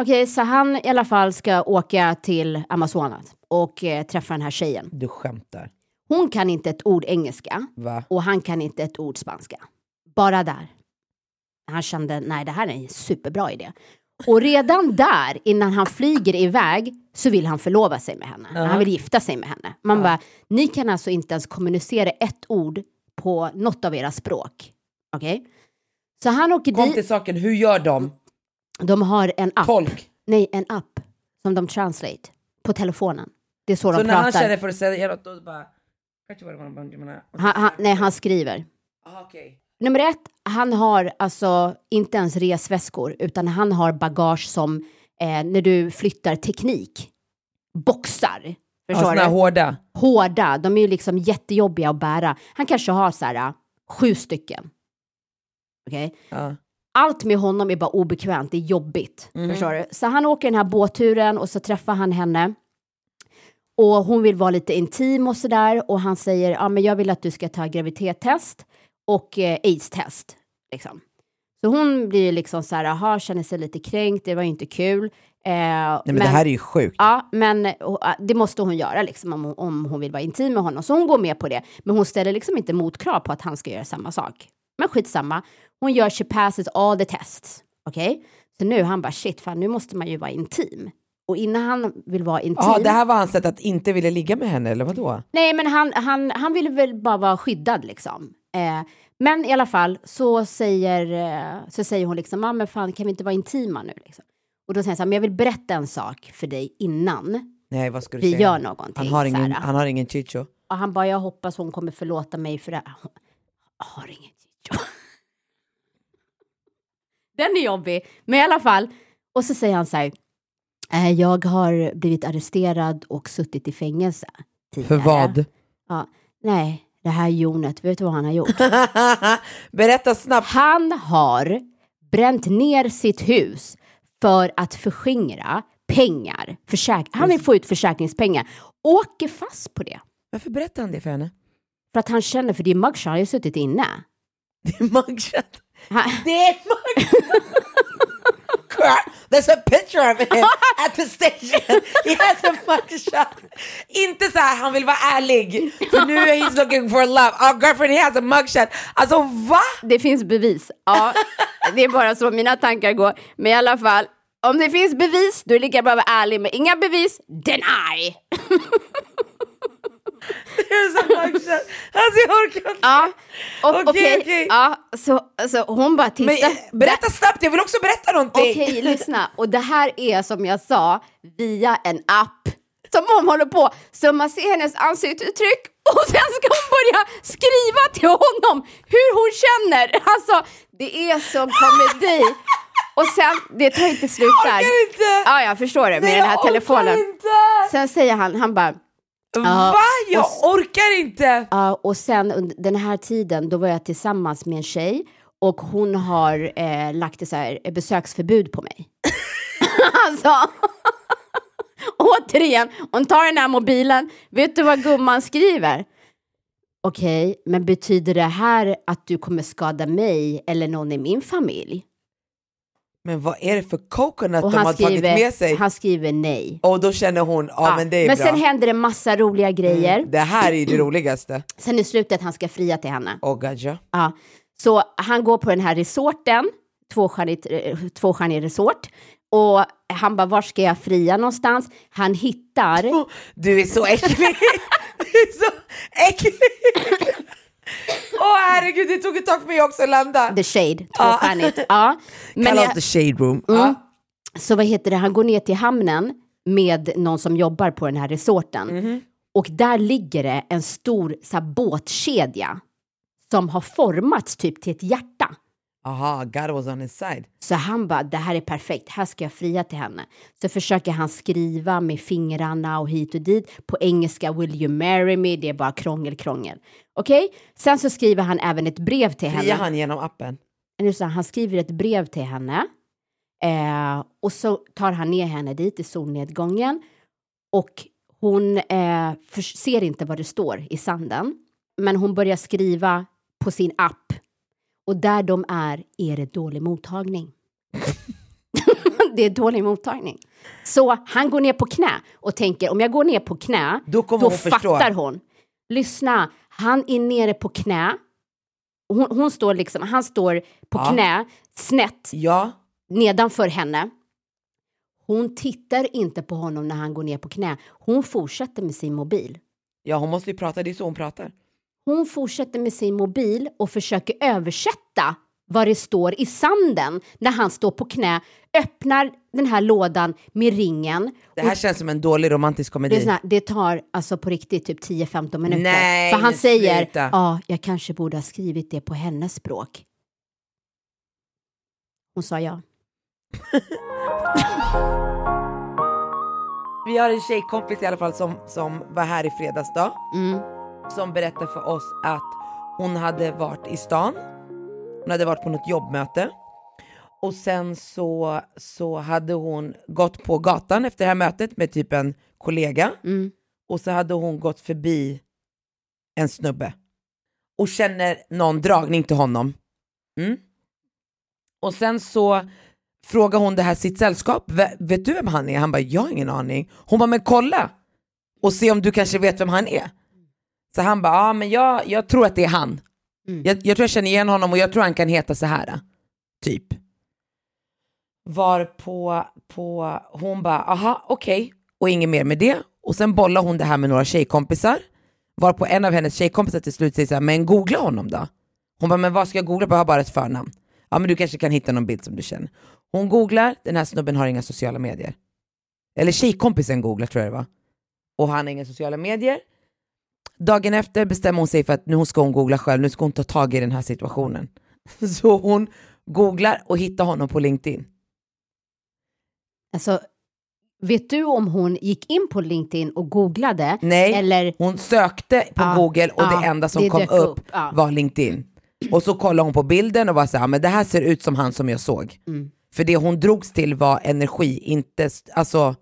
S3: Okej, så han i alla fall ska åka till Amazonas och eh, träffa den här tjejen.
S4: Du skämtar,
S3: Hon kan inte ett ord engelska
S4: va?
S3: och han kan inte ett ord spanska. Bara där. Han kände, nej det här är en superbra idé. Och redan där, innan han flyger iväg, så vill han förlova sig med henne. Han vill gifta sig med henne. Man bara, ni kan alltså inte ens kommunicera ett ord på något av era språk. Okej? Så han åker
S4: Kom
S3: dit,
S4: till saken, hur gör de?
S3: de har en app.
S4: Tolk.
S3: Nej, en app som de translate på telefonen. Det är så,
S4: Så
S3: de
S4: när han
S3: pratar.
S4: känner för att säga något då bara... Kanske var det bara- jag menar- och så-
S3: Han, han, nej, han skriver.
S4: Ah, okej.
S3: Nummer ett, han har alltså inte ens resväskor, utan han har bagage som eh, när du flyttar teknik, boxar.
S4: Ja,
S3: Förstår
S4: såna här
S3: du?
S4: hårda.
S3: Hårda, de är ju liksom jättejobbiga att bära. Han kanske har så här, eh, sju stycken. Okej?
S4: Ja. Mhm.
S3: allt med honom är bara obekvämt, det är jobbigt. Förstår du? Så han åker den här båtturen och så träffar han henne. Och hon vill vara lite intim och sådär och han säger, ja men jag vill att du ska ta graviditetstest och eh, AIDS-test. Liksom. Så hon blir ju liksom så här, jaha, känner sig lite kränkt, det var ju inte kul. Eh,
S4: Nej men, det här är ju sjukt.
S3: Ja, men och, ah, det måste hon göra liksom, om, hon- om hon vill vara intim med honom. Så hon går med på det. Men hon ställer liksom inte motkrav på att han ska göra samma sak. Men skitsamma. Hon gör she passes all the tests. Okej? Så nu han bara shit, fan nu måste man ju vara intim. Och innan han vill vara intim.
S4: Ja, det här var hans sätt att inte vilja ligga med henne eller vadå?
S3: Nej, men han, han, han ville väl bara vara skyddad liksom. Eh, men i alla fall så säger, eh, så säger hon liksom, "Ah, men fan kan vi inte vara intima nu? Liksom. Och då säger han så här, men jag vill berätta en sak för dig innan
S4: Nej vad ska du
S3: vi
S4: säga?
S3: gör någonting.
S4: han, har ingen,
S3: så här.
S4: han har ingen chicho.
S3: Och han bara, jag hoppas hon kommer förlåta mig för det här. Hon- Jag har inget jobb. Den är jobbig, men i alla fall. Och så säger han så här, "Eh, jag har blivit arresterad och suttit i fängelse.
S4: För
S3: tidigare."
S4: vad?
S3: Ja, nej, det här jonet, vet du vad han har gjort?
S4: Berätta snabbt.
S3: Han har bränt ner sitt hus för att förskingra pengar. Försäk- han vill få ut försäkringspengar. Åker fast på det.
S4: Varför berättar han det för henne?
S3: För att han känner, för det är mugshot, han har ju suttit inne.
S4: Det är mugshot.
S3: Han,
S4: Det är mugshot. Crap.
S9: There's a picture of him at the station. He has a mugshot. Inte så här, han vill vara ärlig. För nu är he's looking for love. Our girlfriend, he has a mugshot. Alltså va?
S3: det finns bevis. Ja, det är bara så mina tankar går. Men i alla fall, om det finns bevis, då är det lika bra att vara ärlig. Men inga bevis, deny!
S9: There's a mugshot. Alltså jag orkar inte.
S3: Ja, och-
S9: Okej,
S3: okej.
S9: okej.
S3: Ja, så, så hon bara
S4: Men, eh,
S3: tittar.
S4: berätta snabbt, jag vill också berätta någonting.
S3: Okej, lyssna. Och det här är som jag sa, via en app som hon håller på. Så man ser hennes ansiktsuttryck och sen ska hon börja skriva till honom hur hon känner. Alltså, det är som komedi. Och sen, det tar inte slut där.
S9: Jag orkar inte.
S3: Ja, jag förstår det med den här
S9: jag orkar
S3: telefonen.
S9: inte.
S3: Sen säger han, han bara, Ja,
S9: Va? Jag orkar inte.
S3: Ja, Ah, och sen under den här tiden, då var jag tillsammans med en tjej och hon har eh, lagt ett så här, eh, besöksförbud på mig. alltså, återigen, hon tar den här mobilen. Vet du vad gumman skriver? Okej, men betyder det här att du kommer skada mig eller någon i min familj?
S4: Men vad är det för coconut
S3: Och
S4: de har
S3: han
S4: tagit med sig?
S3: skriver, han skriver nej.
S4: Och då känner hon, ja
S3: Ja,
S4: men det är bra. Mm,
S3: sen händer det massa roliga grejer.
S4: Det här är ju det roligaste.
S3: Sen i slutet han ska fria till henne.
S4: Åh gaja.
S3: Ja. Så han går på den här resorten, tvåstjärnigt, eh, tvåstjärnig resort, och han bara, var ska jag fria någonstans? Han hittar,
S4: Du är så äcklig. Du är så äcklig. Åh herregud, det tog ett tag för mig också att landa.
S3: the shade, tvåstjärnigt. Ja. Men
S4: Kallas
S3: jag- Mm.
S4: the shade room. Ja.
S3: så vad heter det, han går ner till hamnen med någon som jobbar på den här resorten.
S4: Mhm.
S3: Och där ligger det en stor så här, båtkedja som har formats typ till ett hjärta.
S4: Aha, God was on his side.
S3: Så han bara, det här är perfekt, här ska jag fria till henne. Så försöker han skriva med fingrarna och hit och dit. På engelska, will you marry me? Det är bara krångel, krångel. Okej? Sen så skriver han även ett brev till henne.
S4: Friar han genom appen?
S3: Nu så här, han skriver ett brev till henne. Eh, och så tar han ner henne dit i solnedgången. Och hon eh, för, ser inte vad det står i sanden. Men hon börjar skriva på sin app. Och där de är, är det dålig mottagning. det är dålig mottagning. Så han går ner på knä och tänker om jag går ner på knä,
S4: Då kommer hon förstå.
S3: fattar hon. Lyssna, han är nere på knä. Hon, hon står liksom, han står på
S4: Ja.
S3: knä snett
S4: Ja.
S3: nedanför henne. Hon tittar inte på honom när han går ner på knä. Hon fortsätter med sin mobil.
S4: ja, hon måste ju prata, det är så hon pratar.
S3: Hon fortsätter med sin mobil och försöker översätta vad det står i sanden när han står på knä, öppnar den här lådan med ringen.
S4: Det här känns som en dålig romantisk
S3: Det, är sån
S4: komedi.
S3: här, det tar alltså på riktigt typ 10-15 minuter.
S4: Nej,
S3: För han
S4: men
S3: säger,
S4: sluta.
S3: ja, jag kanske borde ha skrivit det på hennes språk. Hon sa ja.
S4: Vi har en tjejkompis i alla fall som, som var här i fredags då.
S3: Mm.
S4: som berättade för oss att hon hade varit i stan. Hon hade varit på något jobbmöte. Och sen så, så hade hon gått på gatan efter det här mötet med typ en kollega.
S3: Mm.
S4: Och så hade hon gått förbi en snubbe. Och känner någon dragning till honom. Mm. Och sen så frågar hon det här sitt sällskap, "Ve- vet du vem han är? Han bara, jag har ingen aning. Hon bara, men kolla! Och se om du kanske vet vem han är. Så han bara, ja men jag, jag tror att det är han. Jag, jag tror jag känner igen honom och jag tror han kan heta så här. Typ. Var på, på hon bara, aha, okej, och inget mer med det. Och sen bollar hon det här med några tjejkompisar. Var på en av hennes tjejkompisar till slut säger så här, men googla honom då. Hon bara, men vad ska jag googla på? Jag har bara ett förnamn. Ja, men du kanske kan hitta någon bild som du känner. Hon googlar, den här snubben har inga sociala medier. Eller tjejkompisen googlar tror jag det var. Och han har inga sociala medier. Dagen efter bestämmer hon sig för att nu ska hon googla själv, nu ska hon ta tag i den här situationen. Så hon googlar och hittar honom på LinkedIn.
S3: Alltså, vet du om hon gick in på LinkedIn och googlade?
S4: Nej,
S3: Eller,
S4: hon sökte på
S3: Ja,
S4: Google och det
S3: ja,
S4: enda som
S3: det
S4: kom
S3: dök
S4: upp,
S3: upp, ja.
S4: var LinkedIn. Och så kollade hon på bilden och var så här, men det här ser ut som han som jag såg.
S3: Mm.
S4: För det hon drogs till var energi, inte, st- alltså,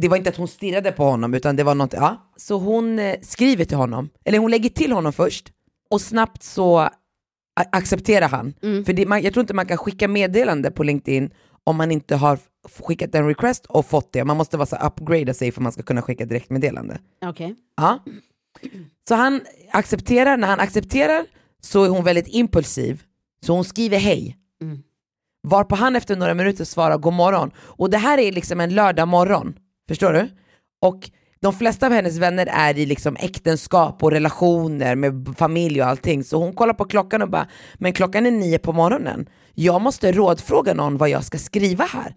S4: det var inte att hon stirrade på honom utan det var något, ja. Så hon eh, skriver till honom, eller hon lägger till honom först och snabbt så a- accepterar han.
S3: Mm.
S4: För det, man, jag tror inte man kan skicka meddelande på LinkedIn om man inte har f- skickat en request och fått det. Man måste vara så här, upgrada sig för att man ska kunna skicka direktmeddelande.
S3: okej.
S4: Ja. Så han accepterar, när han accepterar så är hon väldigt impulsiv. Så hon skriver hej. Varpå han efter några minuter svarar god morgon. Och det här är liksom en lördag morgon. Förstår du? Och de flesta av hennes vänner är i liksom äktenskap och relationer med familj och allting. Så hon kollar på klockan och bara, men klockan är nio på morgonen. Jag måste rådfråga någon vad jag ska skriva här.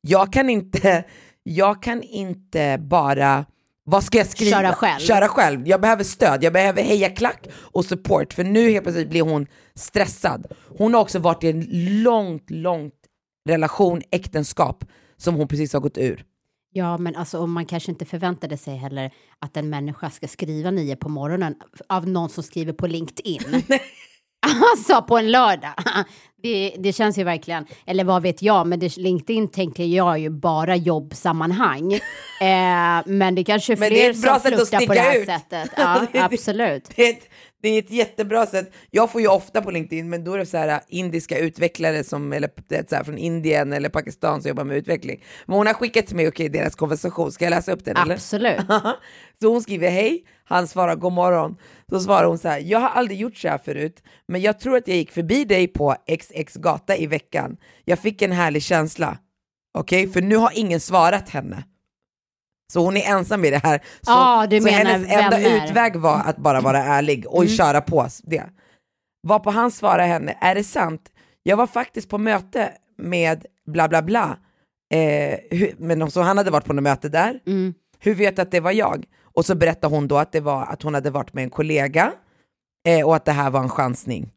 S4: Jag kan inte, jag kan inte bara, vad ska jag skriva?
S3: Köra själv.
S4: Köra själv. Jag behöver stöd, jag behöver hejaklack och support. För nu helt plötsligt blir hon stressad. Hon har också varit i en långt, långt relation, äktenskap som hon precis har gått ur.
S3: Ja, men alltså om man kanske inte förväntade sig heller att en människa ska skriva nio på morgonen av någon som skriver på LinkedIn. alltså på en lördag. det, det känns ju verkligen, eller vad vet jag, men det, LinkedIn tänker jag ju bara jobbsammanhang. eh, men det kanske är
S4: Men
S3: fler
S4: det är ett bra
S3: som
S4: sätt att
S3: flörtar på det
S4: sticka
S3: här
S4: ut.
S3: sättet. Ja,
S4: Det är-
S3: absolut.
S4: Det är, ett, det är ett jättebra sätt. Jag får ju ofta på LinkedIn, men då är det så här äh, indiska utvecklare som, eller det är så här, från Indien eller Pakistan som jobbar med utveckling. Men hon har skickat till mig, okej, deras konversation, ska jag läsa upp den eller?
S3: Absolut.
S4: Så hon skriver hej, han svarar god morgon. Så svarar hon så här, jag har aldrig gjort så här förut, men jag tror att jag gick förbi dig på XX gata i veckan. Jag fick en härlig känsla. Okej, för nu har ingen svarat henne. Så hon är ensam i det här. Så,
S3: Ah, du
S4: så
S3: menar Mm.
S4: hennes enda
S3: vänner.
S4: utväg var att bara vara ärlig och köra på det. Var på han svarar henne, är det sant? Jag var faktiskt på möte med bla bla bla. Eh, hur, men så han hade varit på något möte där.
S3: Mm.
S4: Hur vet du att det var jag? Och så berättar hon då att, det var, att hon hade varit med en kollega eh, och att det här var en chansning.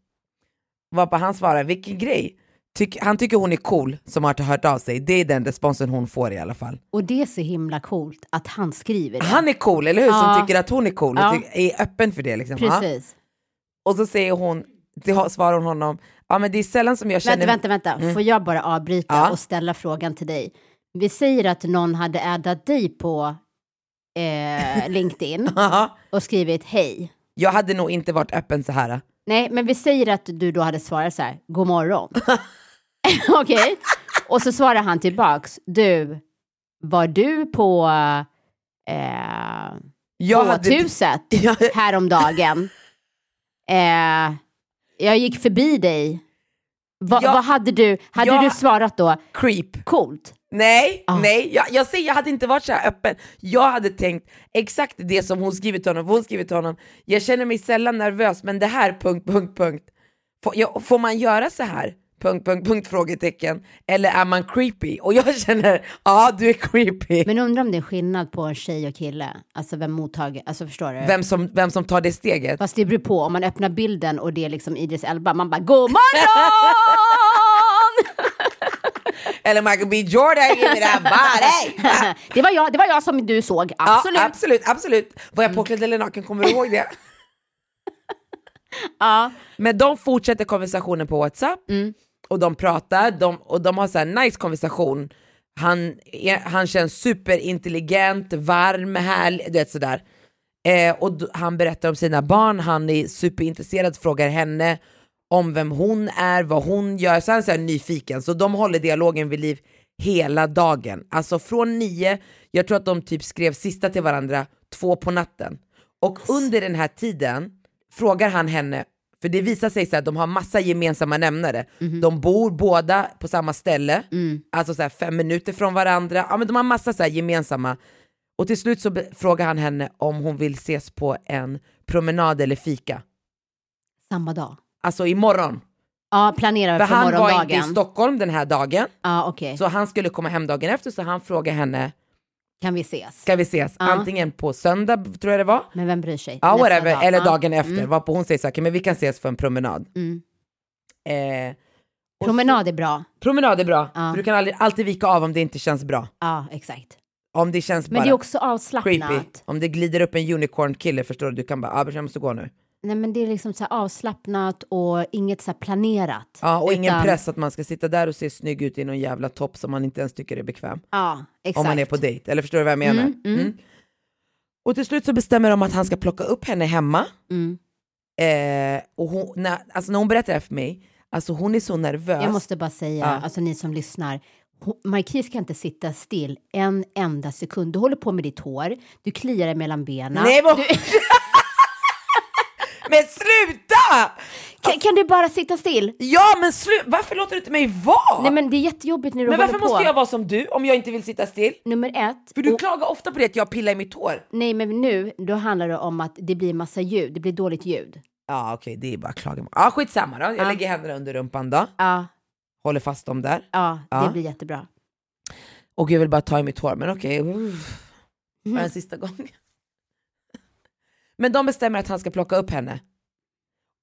S4: Varpå han svarar, vilken grej. Tyck, han tycker hon är cool som har hört av sig. Det är den responsen hon får i alla fall.
S3: Och det är så himla coolt att han skriver det.
S4: Han är cool, eller hur?
S3: Ja.
S4: Som tycker att hon är cool och
S3: Ja.
S4: ty- är öppen för det. Liksom. Ja.
S3: Precis.
S4: Och så säger hon, det- svarar hon honom, ja men det är sällan som jag känner... Mm.
S3: Vänta, vänta, vänta. Får jag bara avbryta
S4: Ja.
S3: och ställa frågan till dig? Vi säger att någon hade addat dig på eh, LinkedIn
S4: Ja,
S3: och skrivit hej.
S4: jag hade nog inte varit öppen så här.
S3: Nej, men vi säger att du då hade svarat så här, god morgon. Okej? Och så svarar han tillbaks, du, var du på eh,
S4: Jag hade... typ
S3: båthuset
S4: Ja.
S3: häromdagen? eh, jag gick förbi dig. Va,
S4: Ja.
S3: Vad hade du, hade
S4: Ja.
S3: du svarat då,
S4: Creep.
S3: coolt?
S4: Nej, nej, jag, jag säger jag hade inte varit så här öppen. Jag hade tänkt exakt det som hon skrivit till honom, för hon skrivit till honom, jag känner mig sällan nervös men det här, punkt, punkt, punkt. Får, jag, får man göra så här? Punkt, punkt, punkt, frågetecken. Eller är man creepy? Och jag känner, ja du är creepy.
S3: Men undrar om det är skillnad på en tjej och kille, alltså vem mottagare, alltså förstår du?
S4: Vem som, vem som tar det steget?
S3: Fast det beror på, om man öppnar bilden och det är liksom Idris Elba, man bara god morgon!
S4: Eller Michael B Jordan, give me that body!
S3: det, var jag, det var jag som du såg,
S4: Ja,
S3: absolut. Mm.
S4: absolut, absolut. Var jag påklädd eller naken, kommer du ihåg det?
S3: Ja. Mm.
S4: Men de fortsätter konversationen på WhatsApp och de pratar de, och de har så här nice konversation. Han, är- han känns superintelligent, varm, härlig, du vet sådär. Eh, och d- han berättar om sina barn, han är superintresserad, frågar henne om vem hon är, vad hon gör. Så han är så här nyfiken, så de håller dialogen vid liv hela dagen. Alltså från nio, jag tror att de typ skrev sista till varandra två på natten. Och under den här tiden frågar han henne För det visar sig så här, de har massa gemensamma nämnare. De bor båda på samma ställe, alltså så här, fem minuter från varandra. Ja, men de har massa så här, gemensamma. Och till slut så be- frågar han henne om hon vill ses på en promenad eller fika.
S3: Samma dag.
S4: Alltså imorgon.
S3: Ja, planerar
S4: För
S3: för
S4: han var inte i
S3: morgondagen.
S4: Stockholm den här dagen,
S3: ja, okej.
S4: så han skulle komma hem dagen efter så han frågar henne,
S3: Kan vi ses?
S4: ska vi ses
S3: Ja.
S4: antingen på söndag tror jag det var,
S3: Men vem bryr sig?
S4: Ja,
S3: Nästa
S4: whatever.
S3: dag.
S4: Eller
S3: Ja.
S4: dagen efter.
S3: Mm,
S4: Varpå hon säger så här, "Okej, men vi kan ses för en promenad.
S3: mm.
S4: Eh, och
S3: Promenad är bra.
S4: Så, promenad är bra,
S3: Ja.
S4: för du kan aldrig, alltid vika av om det inte känns bra.
S3: Ja, exakt.
S4: Om det känns
S3: Men
S4: bara
S3: det är också
S4: creepy.
S3: avslappnat.
S4: Om det glider upp en unicorn-kille, förstår du, du kan bara, ah, men jag måste gå nu.
S3: Nej, men det är liksom så här avslappnat och inget så här planerat.
S4: Ja, och ingen
S3: Utan-
S4: press att man ska sitta där och se snygg ut i någon jävla topp som man inte ens tycker är bekväm.
S3: Ja, exakt.
S4: Om man är på dejt, eller förstår du vad jag menar?
S3: Mm, mm.
S4: Och till slut så bestämmer de att han ska plocka upp henne hemma.
S3: Mm.
S4: Eh, och hon, när, alltså när hon berättar det här för mig, alltså hon är så nervös.
S3: Jag måste bara säga,
S4: Ja.
S3: alltså ni som lyssnar, ho- Marquis kan inte sitta still en enda sekund. Du håller på med ditt hår, du kliar dig mellan benen.
S4: Nej, men-
S3: du,
S4: Men sluta!
S3: kan, kan du bara sitta still?
S4: Ja men sluta, varför låter du inte mig vara?
S3: Nej
S4: men
S3: men det är jättejobbigt när du håller
S4: varför
S3: på.
S4: måste jag vara som du om jag inte vill sitta still?
S3: Nummer ett,
S4: För du
S3: och,
S4: klagar ofta på det att jag pillar i mitt hår.
S3: nej men nu, då handlar det om att det blir massa ljud, det blir dåligt ljud.
S4: Ja okej det är bara klaga. Ja skitsamma då, jag lägger händerna under rumpan då.
S3: Ja,
S4: Håller fast dem där.
S3: ja,
S4: Ja.
S3: det blir jättebra.
S4: Och jag vill bara ta i mitt hår men okej. uff. Var den sista gången. Men de bestämmer att han ska plocka upp henne.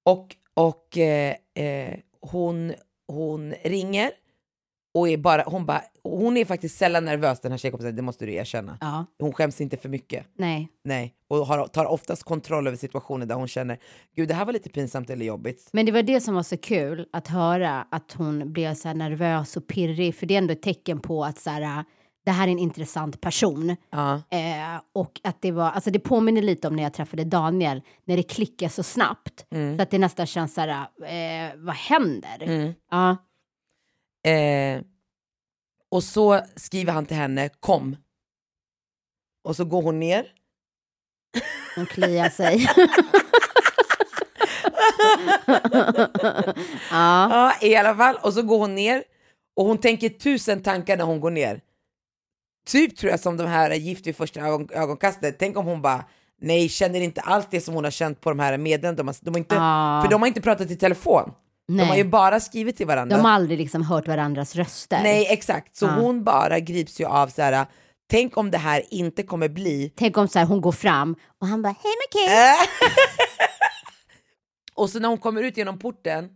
S4: Och, och eh, eh, hon, hon ringer och är bara, hon, bara, hon är faktiskt sällan nervös den här tjejkompisen, det måste du erkänna.
S3: Ja,
S4: Hon skäms inte för mycket.
S3: nej.
S4: Nej. Och har, tar oftast kontroll över situationer där hon känner, gud det här var lite pinsamt eller jobbigt.
S3: Men det var det som var så kul att höra att hon blev så här nervös och pirrig, för det är ändå ett tecken på att så här, det här är en intressant person.
S4: Ja.
S3: Eh, och att det var, alltså det påminner lite om när jag träffade Daniel, när det klickar så snabbt.
S4: Mm.
S3: Så att det nästan känns så här, eh, vad händer? Ja,
S4: Eh, och så skriver han till henne, kom. Och så går hon ner.
S3: hon kliar sig. ja,
S4: Ja, i alla fall. Och så går hon ner och hon tänker tusen tankar när hon går ner. Typ tror jag som de här Gift vid första ögon- ögonkastet. Tänk om hon bara, nej, känner inte allt det som hon har känt på de här meddelandena. De har, de har inte,
S3: Ah.
S4: För de har inte pratat i telefon.
S3: Nej.
S4: De har ju bara skrivit till varandra.
S3: de har aldrig liksom hört varandras röster.
S4: Nej, exakt. Så
S3: Ah.
S4: hon bara grips ju av så här, tänk om det här inte kommer bli.
S3: Tänk om så här, hon går fram och han bara, hej Mickey!
S4: Och så när hon kommer ut genom porten,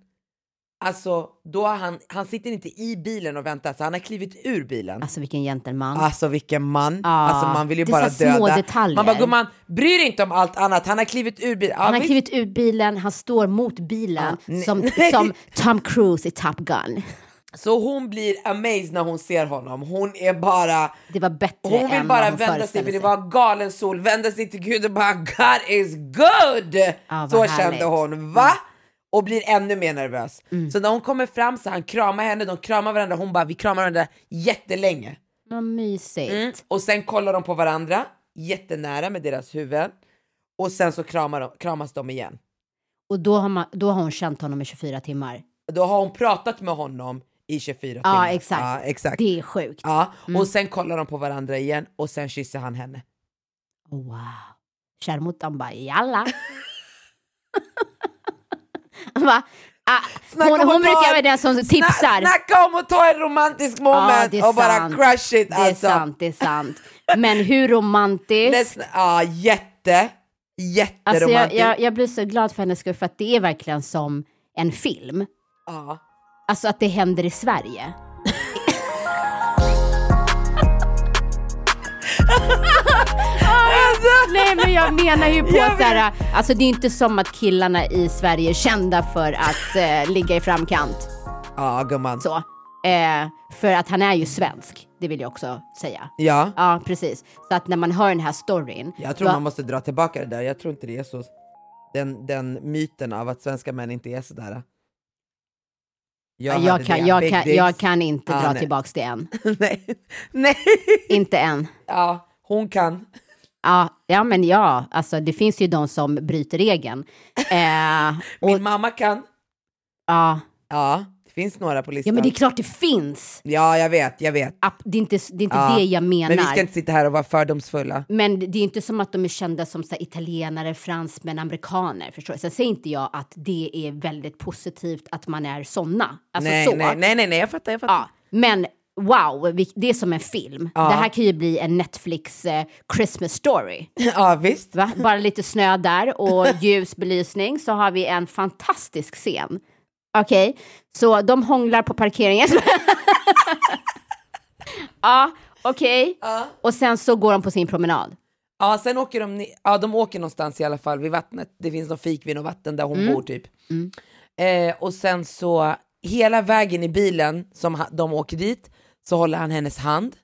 S4: alltså då har han, han sitter inte i bilen och väntar, så han har klivit ur bilen.
S3: Alltså vilken gentleman.
S4: Alltså vilken man.
S3: Ja.
S4: Alltså man vill ju
S3: Det är
S4: bara
S3: så här små
S4: döda.
S3: detaljer.
S4: Man bara, gumman, bryr dig inte om allt annat. Han har klivit ur bilen. Ja,
S3: han har
S4: visst.
S3: klivit ut bilen, han står mot bilen
S4: Ah, nej.
S3: som, som Tom Cruise i Top Gun.
S4: Så hon blir amazed när hon ser honom. Hon är bara,
S3: Det var bättre
S4: hon
S3: än
S4: vill
S3: vad
S4: bara
S3: hon
S4: vända sig
S3: föreställde
S4: för det
S3: sig.
S4: var galen sol. Vända sig till Gud och bara God is good.
S3: vad
S4: så
S3: härligt. Mm.
S4: kände hon. Va? Och blir ännu mer nervös. Så när hon kommer fram så han kramar henne, de kramar varandra. Hon bara, vi kramar varandra jättelänge.
S3: Vad mysigt.
S4: Mm. Och sen kollar de på varandra, jättenära med deras huvuden. Och sen så kramar de, kramas de igen.
S3: Och då har, man, då har hon känt honom i 24 timmar.
S4: Då har hon pratat med honom i 24
S3: Ja,
S4: timmar.
S3: exakt.
S4: Ja, exakt.
S3: Det Mm. är sjukt.
S4: Ja, och sen kollar de på varandra igen och sen kysser han henne.
S3: Wow. Kärnmottan bara, jalla. Va? Ah,
S4: Snacka
S3: hon
S4: om att
S3: hon brukar
S4: ta-
S3: vara den som tipsar.
S4: Sna- snacka om att ta en romantisk
S3: Ja,
S4: moment
S3: det är
S4: och bara
S3: sant.
S4: crush it
S3: Det är
S4: alltså.
S3: sant, det är sant. Men hur romantiskt?
S4: Nästan, ja, jätte,
S3: Alltså
S4: jätteromantiskt.
S3: jag, jag, jag blir så glad för hennes skull för att det är verkligen som en film.
S4: Ja.
S3: Alltså att det händer i Sverige.
S4: Alltså,
S3: Nej men jag menar ju på
S4: Jag
S3: så här, alltså det är ju inte som att killarna i Sverige är kända för att eh, ligga i framkant.
S4: ja, gumman.
S3: Så. Eh, för att han är ju svensk, det vill jag också säga.
S4: Ja.
S3: Ja, precis. Så att när man hör den här storyn.
S4: Jag tror
S3: då-
S4: man måste dra tillbaka det där. Jag tror inte det är så. Den, den myten av att svenska män inte är sådär.
S3: jag,
S4: hade
S3: kan,
S4: det.
S3: jag,
S4: Big
S3: kan,
S4: dicks.
S3: jag kan inte
S4: Ja,
S3: dra
S4: nej.
S3: tillbaks det än.
S4: nej. nej.
S3: Inte än.
S4: Ja, hon kan.
S3: Ja, ja, men ja, alltså det finns ju de som bryter regeln. Eh, och,
S4: Min mamma kan.
S3: ja.
S4: Ja, det finns några på
S3: ja,
S4: listan.
S3: men det är klart det finns.
S4: Ja, jag vet, jag vet.
S3: App- Det är inte, det, är inte
S4: Ja.
S3: det jag menar.
S4: Men vi ska inte sitta här och vara fördomsfulla.
S3: Men det är inte som att de är kända som så här, italienare, fransmän, amerikaner. Förstår du? Sen säger inte jag att det är väldigt positivt att man är såna. Alltså
S4: nej,
S3: så.
S4: nej, nej, nej, nej, jag fattar, jag fattar.
S3: Ja, men wow, vi- det är som en film. Det här kan ju bli en Netflix eh, Christmas story.
S4: Ja, visst.
S3: Va? Bara lite snö där och ljus belysning så har vi en fantastisk scen. Okej, så de hånglar på parkeringen. ja, okej. Och sen så går de på sin promenad.
S4: Ja, sen åker de, ni- ja, de åker någonstans i alla fall vid vattnet. Det finns någon fik vid något vatten där hon
S3: Mm.
S4: bor typ. Eh, och sen så hela vägen i bilen som ha- de åker dit så håller han hennes hand.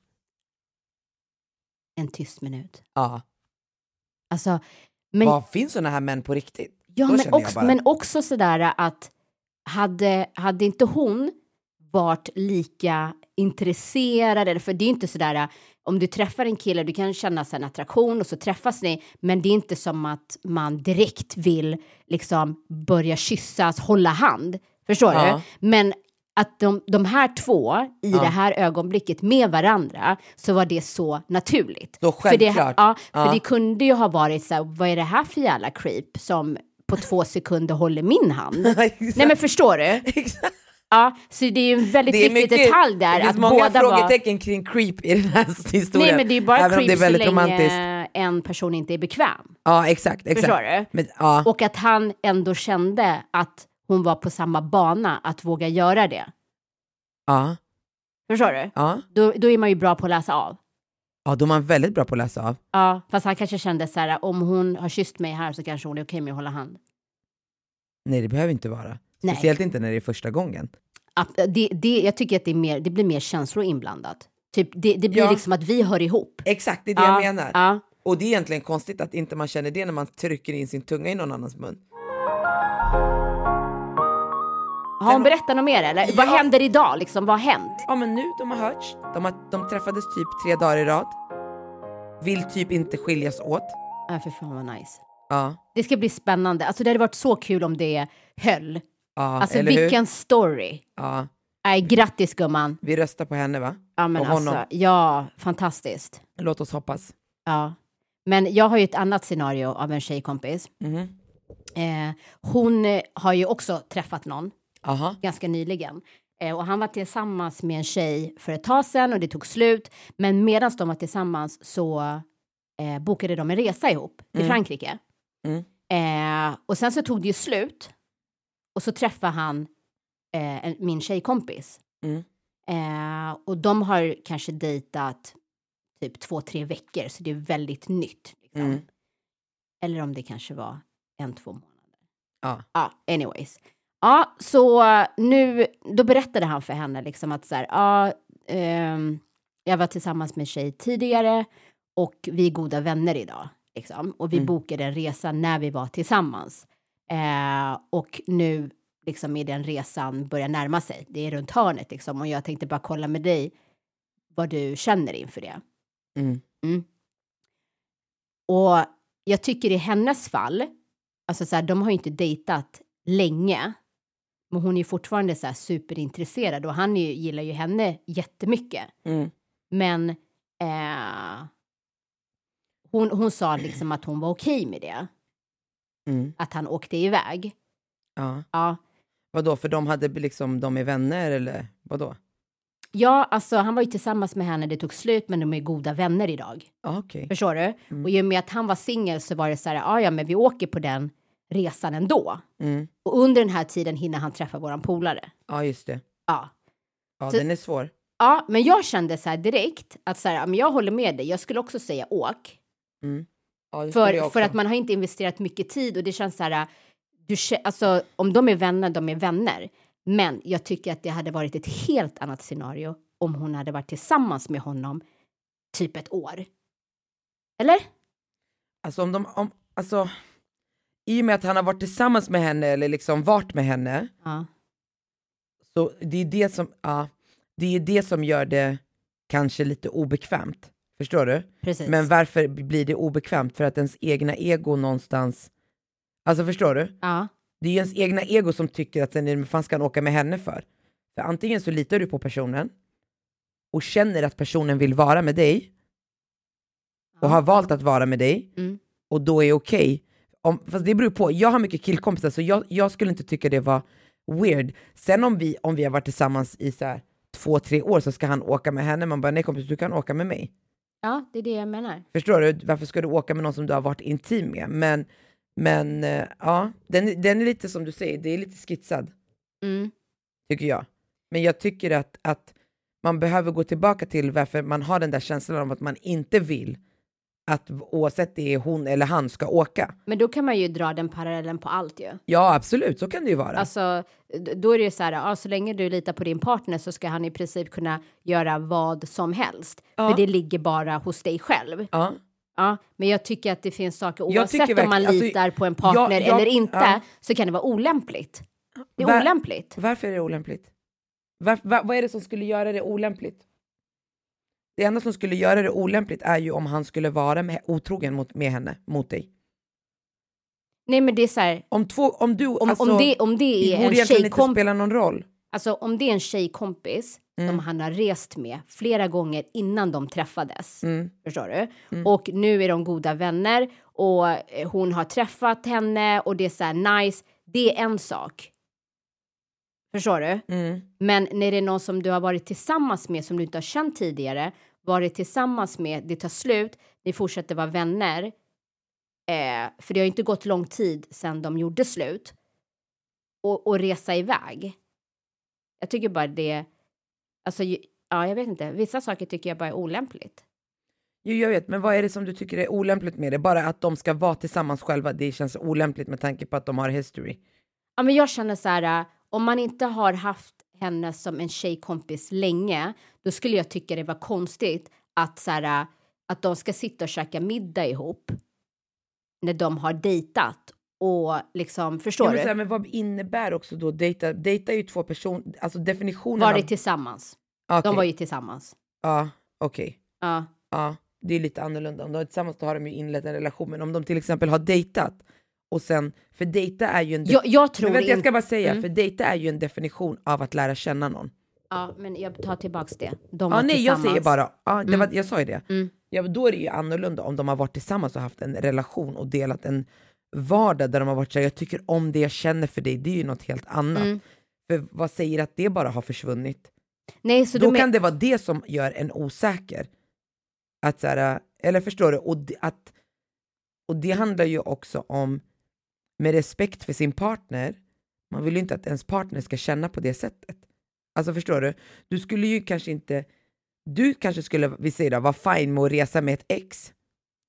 S3: En tyst minut.
S4: Ja,
S3: Alltså, men,
S4: vad finns sådana här män på riktigt?
S3: ja,
S4: Då
S3: men,
S4: känner jag
S3: också,
S4: bara-
S3: men också sådär att hade, hade inte hon varit lika intresserad, eller- för det är ju inte sådär om du träffar en kille, du kan känna så här en attraktion och så träffas ni, men det är inte som att man direkt vill liksom börja kyssas, hålla hand, förstår
S4: Ja.
S3: du? Men att de, de här två i det här ögonblicket med varandra så var det så naturligt.
S4: Så
S3: För det-
S4: självklart.
S3: Ja, för
S4: Ja.
S3: det kunde ju ha varit så här, vad är det här för jävla creep som på två sekunder håller min hand?
S4: Exakt.
S3: Nej men förstår du?
S4: Exakt.
S3: Ja, så det är ju en väldigt viktig detalj där.
S4: Det finns
S3: att
S4: många
S3: båda var...
S4: frågetecken kring creep i den här historien.
S3: Nej men det är ju bara
S4: Även om det är
S3: creep så
S4: väldigt
S3: länge
S4: romantiskt.
S3: en person inte är bekväm.
S4: Ja, exakt. exakt.
S3: Förstår du?
S4: Men, ja.
S3: Och att han ändå kände att hon var på samma bana att våga göra det.
S4: ja,
S3: Förstår du?
S4: ja.
S3: Då, då är man ju bra på att läsa av.
S4: Ja, då är man väldigt bra på att läsa av.
S3: Ja, fast han kanske kände så här, om hon har kysst mig här så kanske hon är okej med att hålla hand.
S4: Nej, det behöver inte vara.
S3: Nej.
S4: Speciellt inte när det är första gången.
S3: Ab- Det, det, jag tycker att det, är mer, det blir mer känslor inblandat. Typ, det, det blir
S4: Ja.
S3: liksom att vi hör ihop.
S4: Exakt, det är det
S3: Ja,
S4: jag menar.
S3: ja.
S4: Och det är egentligen konstigt att inte man känner det när man trycker in sin tunga i någon annans mun.
S3: Har hon berättat något mer eller? Vad
S4: Ja.
S3: händer idag liksom? Vad har hänt?
S4: Ja, men nu de har hörts. De, har, de träffades typ tre dagar i rad. Vill typ inte skiljas åt.
S3: Ja, Äh, för fan vad nice.
S4: Ja,
S3: Det ska bli spännande. Alltså det hade varit så kul om det höll.
S4: ja
S3: Alltså
S4: eller
S3: vilken
S4: hur?
S3: story.
S4: Ja,
S3: Nej, grattis gumman.
S4: vi röstar på henne va?
S3: Ja, men
S4: Och
S3: alltså,
S4: honom.
S3: ja, fantastiskt.
S4: Låt oss hoppas.
S3: Ja. Men jag har ju ett annat scenario av en tjejkompis.
S4: Mhm.
S3: Eh, hon eh, har ju också träffat någon
S4: Aha.
S3: ganska nyligen. Eh, och han var tillsammans med en tjej för ett tag sedan och det tog slut. Men medan de var tillsammans så eh, bokade de en resa ihop
S4: Mm.
S3: till Frankrike. Eh, och sen så tog det ju slut. Och så träffade han eh, en, min tjejkompis.
S4: Mm.
S3: Eh, och de har kanske dejtat typ två, tre veckor, så det är väldigt nytt. Liksom.
S4: Mm.
S3: Eller om det kanske var en, två månader.
S4: Ja.
S3: Ja, anyways. Ja, så eh, nu, då berättade han för henne liksom att så här, ja, ehm, jag var tillsammans med en tjej tidigare och vi är goda vänner idag. Liksom. Och vi bokade en resa när vi var tillsammans. Eh, och nu liksom är den resan börjar närma sig. Det är runt hörnet liksom. Och jag tänkte bara kolla med dig vad du känner inför det.
S4: Mm.
S3: Och jag tycker i hennes fall, alltså så här, de har ju inte dejtat länge, men hon är ju fortfarande så här superintresserad och han är ju, gillar ju henne jättemycket.
S4: Mm.
S3: Men eh, hon, hon sa liksom att hon var okej med det,
S4: Mm.
S3: att han åkte iväg.
S4: Ja.
S3: Ja,
S4: Vadå, för de hade liksom, de är vänner eller vadå?
S3: ja alltså han var ju tillsammans med henne, det tog slut, men de är goda vänner idag.
S4: Ja, okej.
S3: Förstår du?
S4: Mm.
S3: Och i och med att han var singel så var det så här, "Ah, ja men vi åker på den resan ändå.
S4: Mm.
S3: Och under den här tiden hinner han träffa våran polare.
S4: Ja, just det.
S3: Ja.
S4: Ja,
S3: Så-
S4: den är svår.
S3: Ja, men jag kände så här direkt att så här, ja, men jag håller med dig. Jag skulle också säga åk.
S4: Ja, det skulle jag
S3: För,
S4: också.
S3: för att man har inte investerat mycket tid och det känns så här, du, kä- alltså, om de är vänner, de är vänner. Men jag tycker att det hade varit ett helt annat scenario om hon hade varit tillsammans med honom typ ett år. Eller?
S4: Alltså om de, om, alltså, i och med att han har varit tillsammans med henne eller liksom varit med henne,
S3: Ja.
S4: så det är det som, ja, det är det som gör det kanske lite obekvämt. Förstår du?
S3: Precis.
S4: Men varför blir det obekvämt? För att ens egna ego någonstans, alltså förstår du?
S3: ja.
S4: Det är ju ens egna ego som tycker att den fan ska han åka med henne för? För antingen så litar du på personen och känner att personen vill vara med dig och har valt att vara med dig
S3: Mm.
S4: och då är det okej. Om- Fast det beror på, jag har mycket killkompisar så jag, jag skulle inte tycka det var weird. Sen om vi, om vi har varit tillsammans i så här två, tre år så ska han åka med henne, man bara nej kompis du kan åka med mig.
S3: ja, det är det jag menar.
S4: Förstår du? Varför ska du åka med någon som du har varit intim med? Men, men eh, ja, den, den är lite som du säger, det är lite skitsad
S3: Mm.
S4: tycker jag. Men jag tycker att, att man behöver gå tillbaka till varför man har den där känslan av att man inte vill att oavsett det är hon eller han ska åka.
S3: Men då kan man ju dra den parallellen på allt ju.
S4: Ja absolut, så kan det ju vara.
S3: Alltså, d- då är det ju så här, ja, så länge du litar på din partner så ska han i princip kunna göra vad som helst. För det ligger bara hos dig själv.
S4: ja.
S3: Ja, men jag tycker att det finns saker,
S4: tycker
S3: oavsett om
S4: verkligen-
S3: man
S4: alltså,
S3: litar på en partner
S4: jag- jag-
S3: eller inte,
S4: ja.
S3: så kan det vara olämpligt. Det är
S4: Ver-
S3: olämpligt.
S4: Varför är det olämpligt? Var, va- vad är det som skulle göra det olämpligt? Det enda som skulle göra det olämpligt är ju om han skulle vara med, otrogen mot, med henne, mot dig.
S3: Nej, men det är så här,
S4: Om, två, om du,
S3: om,
S4: alltså,
S3: om, det, om det är
S4: borde
S3: en
S4: egentligen inte
S3: tjejkompis,
S4: spela någon roll.
S3: alltså om det är en tjejkompis som han har rest med flera gånger innan de träffades, förstår du? Och nu är de goda vänner och eh, hon har träffat henne och det är så här nice, det är en sak. Förstår du? Men när det är någon som du har varit tillsammans med som du inte har känt tidigare, varit tillsammans med, det tar slut, ni fortsätter vara vänner. Eh, för det har ju inte gått lång tid sedan de gjorde slut. Och, och resa iväg. Jag tycker bara det, alltså ju- ja, jag vet inte, vissa saker tycker jag bara är olämpligt.
S4: Jo, jag vet, men vad är det som du tycker är olämpligt med det? Bara att de ska vara tillsammans själva, det känns olämpligt med tanke på att de har history.
S3: Ja, men jag känner så här, äh, om man inte har haft henne som en tjejkompis länge, då skulle jag tycka det var konstigt att så här, äh, att de ska sitta och käka middag ihop när de har dejtat och liksom, förstår
S4: Ja, men, så här,
S3: du?
S4: men vad innebär också då dejta? Dejta är ju två personer, alltså definitionen
S3: Varit
S4: av...
S3: tillsammans.
S4: Ah,
S3: De
S4: okej.
S3: var ju tillsammans.
S4: Ja, okej.
S3: Ja,
S4: Ja, det är lite annorlunda. Om de är tillsammans då har de ju inlett en relation, men om de till exempel har dejtat och sen, för dejta är ju en... def-
S3: jag, jag tror
S4: men vänta, jag
S3: inte... Mm.
S4: ska bara säga, för dejta är ju en definition av att lära känna någon.
S3: Ja, men jag tar tillbaks det. De
S4: Ja,
S3: var
S4: nej, jag
S3: tillsammans. Mm.
S4: säger bara, ja, det var, jag sa ju det. Ja, men då är det ju annorlunda om de har varit tillsammans och haft en relation och delat en vardag där de har varit såhär, jag tycker om det jag känner för dig, det är ju något helt annat.
S3: Mm.
S4: För vad säger att det bara har försvunnit?
S3: Nej, så
S4: då
S3: du men...
S4: kan det vara det som gör en osäker. Att så här, eller förstår du? Och det, att, och det handlar ju också om, med respekt för sin partner, man vill ju inte att ens partner ska känna på det sättet. Alltså förstår du? Du skulle ju kanske inte, du kanske skulle, vi säger då, vara fine med att resa med ett ex.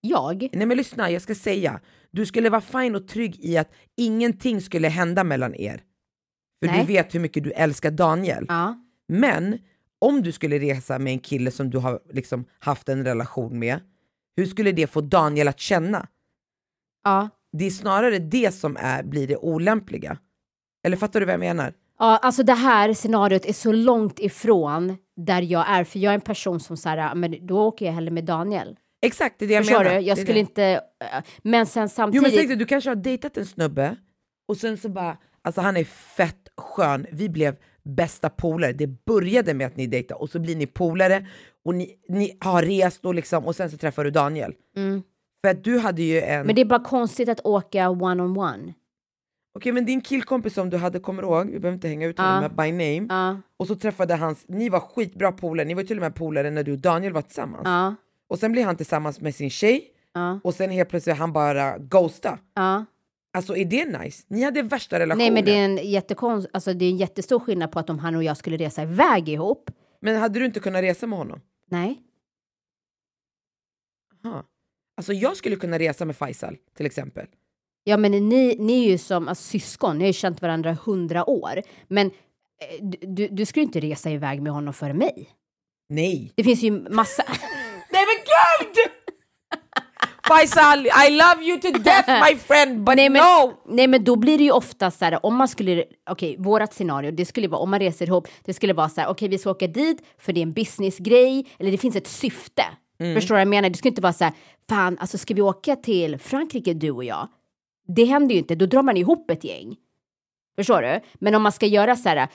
S3: Jag?
S4: Nej men lyssna, jag ska säga. Du skulle vara fin och trygg i att ingenting skulle hända mellan er. För
S3: Nej.
S4: du vet hur mycket du älskar Daniel.
S3: Ja.
S4: Men om du skulle resa med en kille som du har liksom haft en relation med, hur skulle det få Daniel att känna?
S3: Ja.
S4: Det är snarare det som är, blir det olämpliga. Eller fattar du vad jag menar?
S3: Ja, alltså det här scenariot är så långt ifrån där jag är, för jag är en person som så här, ja, men då åker jag hellre med Daniel.
S4: Exakt, det är det jag
S3: Förstår
S4: menar.
S3: du? Jag
S4: Det är
S3: skulle
S4: det.
S3: inte, äh, men sen
S4: Jo
S3: samtidigt.
S4: men tänk dig, du kanske har dejtat en snubbe och sen så bara, alltså han är fett skön, vi blev bästa polare. Det började med att ni dejtade och så blir ni polare och ni, ni har rest och liksom och sen så träffar du Daniel.
S3: Mm.
S4: För att du hade ju en...
S3: men det är bara konstigt att åka one on one.
S4: Okej men din killkompis som du hade, kommer du ihåg, vi behöver inte hänga ut honom med by name.
S3: Ja,
S4: Och så träffade hans, ni var skitbra polare, ni var till och med polare när du och Daniel var tillsammans.
S3: ja,
S4: Och sen blev han tillsammans med sin tjej
S3: ja,
S4: och sen helt plötsligt han bara ghosta.
S3: ja.
S4: Alltså är det nice? Ni hade värsta
S3: Nej,
S4: relationen.
S3: men det är en jättekonst, alltså det är en jättestor skillnad på att om han och jag skulle resa iväg ihop.
S4: Men hade du inte kunnat resa med honom?
S3: Nej,
S4: Aha. Alltså jag skulle kunna resa med Faisal till exempel.
S3: ja, men ni, ni är ju som alltså, syskon. Ni har ju känt varandra hundra år, men eh, du- du, du skulle ju inte resa iväg med honom för mig.
S4: Nej.
S3: Det finns ju massa.
S4: Nej men gud! Faisal, I love you to death my friend but
S3: nej, men,
S4: no!
S3: nej men då blir det ju ofta så här om man skulle, okej vårat scenario det skulle vara om man reser ihop, det skulle vara så här okej vi ska åka dit för det är en businessgrej eller det finns ett syfte.
S4: Mm.
S3: Förstår du vad jag menar? Det skulle inte vara så här, fan, alltså ska vi åka till Frankrike du och jag? Det händer ju inte, då drar man ihop ett gäng. Förstår du? Men om man ska göra så här,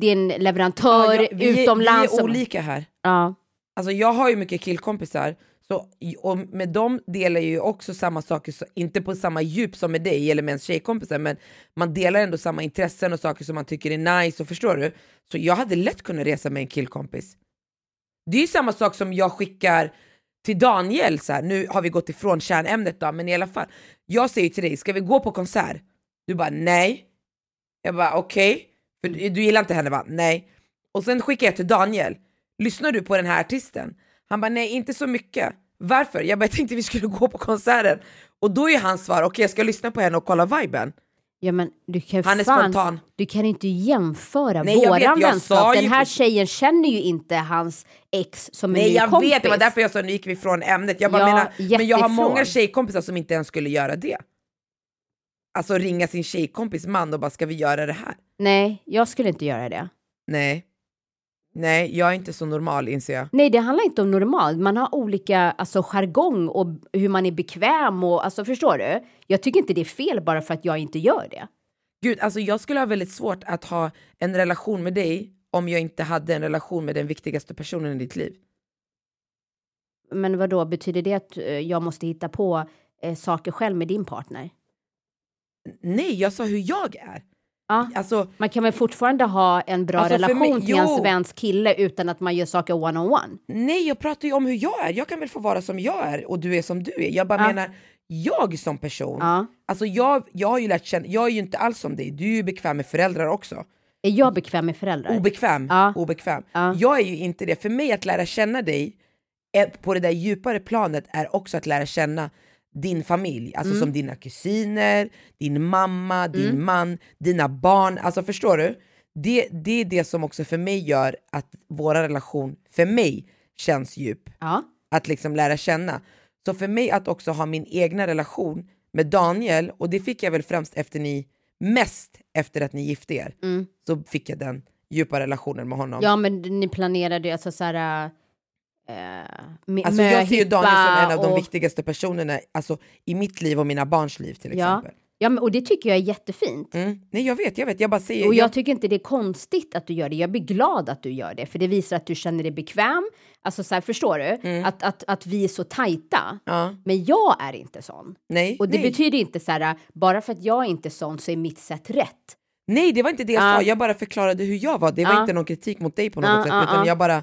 S3: det är en leverantör
S4: Ja, vi, är-
S3: utomlands.
S4: Vi är
S3: som-
S4: olika här.
S3: Ja.
S4: Alltså jag har ju mycket killkompisar, så, och med dem delar jag ju också samma saker, så, inte på samma djup som med dig eller med ens tjejkompisar, men man delar ändå samma intressen och saker som man tycker är nice, och förstår du? Så jag hade lätt kunnat resa med en killkompis. Det är ju samma sak som jag skickar till Daniel, så här, nu har vi gått ifrån kärnämnet då, men i alla fall. Jag säger till dig, ska vi gå på konsert? Du bara nej. Jag bara okej, för du gillar inte henne va? Nej. Och sen skickar jag till Daniel, lyssnar du på den här artisten? Han bara nej inte så mycket. Varför? Jag bara jag tänkte vi skulle gå på konserten. Och då är hans svar, okej jag ska lyssna på henne och kolla viben.
S3: Ja men du kan
S4: Han är
S3: fan,
S4: spontan.
S3: Du kan inte jämföra
S4: Nej, jag
S3: våran
S4: vet, jag sa
S3: vänskap.
S4: ju
S3: Den här
S4: precis-
S3: tjejen känner ju inte hans ex som en
S4: Nej
S3: ny
S4: jag
S3: kompis.
S4: vet, det var därför jag sa nu gick vi ifrån ämnet. Jag bara
S3: Ja,
S4: menar, men jag har
S3: jätteifrån.
S4: många tjejkompisar som inte ens skulle göra det. Alltså ringa sin tjejkompis man och bara ska vi göra det här?
S3: Nej, jag skulle inte göra det.
S4: Nej. Nej, jag är inte så normal inser jag.
S3: Nej, det handlar inte om normalt. Man har olika alltså, jargong och b- hur man är bekväm och alltså förstår du? Jag tycker inte det är fel bara för att jag inte gör det.
S4: Gud, alltså jag skulle ha väldigt svårt att ha en relation med dig om jag inte hade en relation med den viktigaste personen i ditt liv.
S3: Men vad då betyder det att eh, jag måste hitta på eh, saker själv med din partner?
S4: Nej, jag sa hur jag är.
S3: Ja.
S4: Alltså,
S3: Man kan väl fortfarande ha en bra
S4: Alltså, för
S3: relation
S4: mig-
S3: till en
S4: jo.
S3: svensk kille utan att man gör saker one on one?
S4: nej, jag pratar ju om hur jag är. Jag kan väl få vara som jag är och du är som du är. Jag bara
S3: Ja.
S4: menar, jag som person.
S3: Ja.
S4: Alltså jag, jag har ju lärt känna, jag är ju inte alls som dig. Du är ju bekväm med föräldrar också.
S3: Är jag bekväm med föräldrar?
S4: Obekväm.
S3: Ja.
S4: obekväm.
S3: Ja.
S4: Jag är ju inte det. För mig att lära känna dig eh, på det där djupare planet är också att lära känna din familj,
S3: Mm.
S4: alltså som dina kusiner, din mamma, din man, dina barn. Alltså förstår du? Det, det är det som också för mig gör att vår relation, för mig, känns djup
S3: ja.
S4: att liksom lära känna. Så för mig att också ha min egna relation med Daniel, och det fick jag väl främst efter ni, mest efter att ni gifte er, så fick jag den djupa relationen med honom.
S3: Mm. Ja, men ni planerade ju alltså så här... Äh, med,
S4: Alltså jag ser ju Daniel som en av de
S3: och,
S4: viktigaste personerna alltså, i mitt liv och mina barns liv till
S3: Ja,
S4: exempel.
S3: ja men, och det tycker jag är jättefint.
S4: Mm. Nej jag vet, jag vet, jag bara säger.
S3: Och
S4: jag,
S3: jag tycker inte det är konstigt att du gör det. Jag blir glad att du gör det, för det visar att du känner dig bekväm. Alltså så här, förstår du? Att, att, att vi är så tajta.
S4: Mm. ja.
S3: Men jag är inte sån.
S4: Nej,
S3: Och det
S4: nej.
S3: betyder inte så här, bara för att jag är inte sån så är mitt sätt rätt.
S4: nej det var inte det jag
S3: Ja.
S4: sa, jag bara förklarade hur jag var. Det var
S3: Ja.
S4: inte någon kritik mot dig på något
S3: Ja,
S4: sätt,
S3: ja,
S4: utan
S3: ja. Mm.
S4: jag bara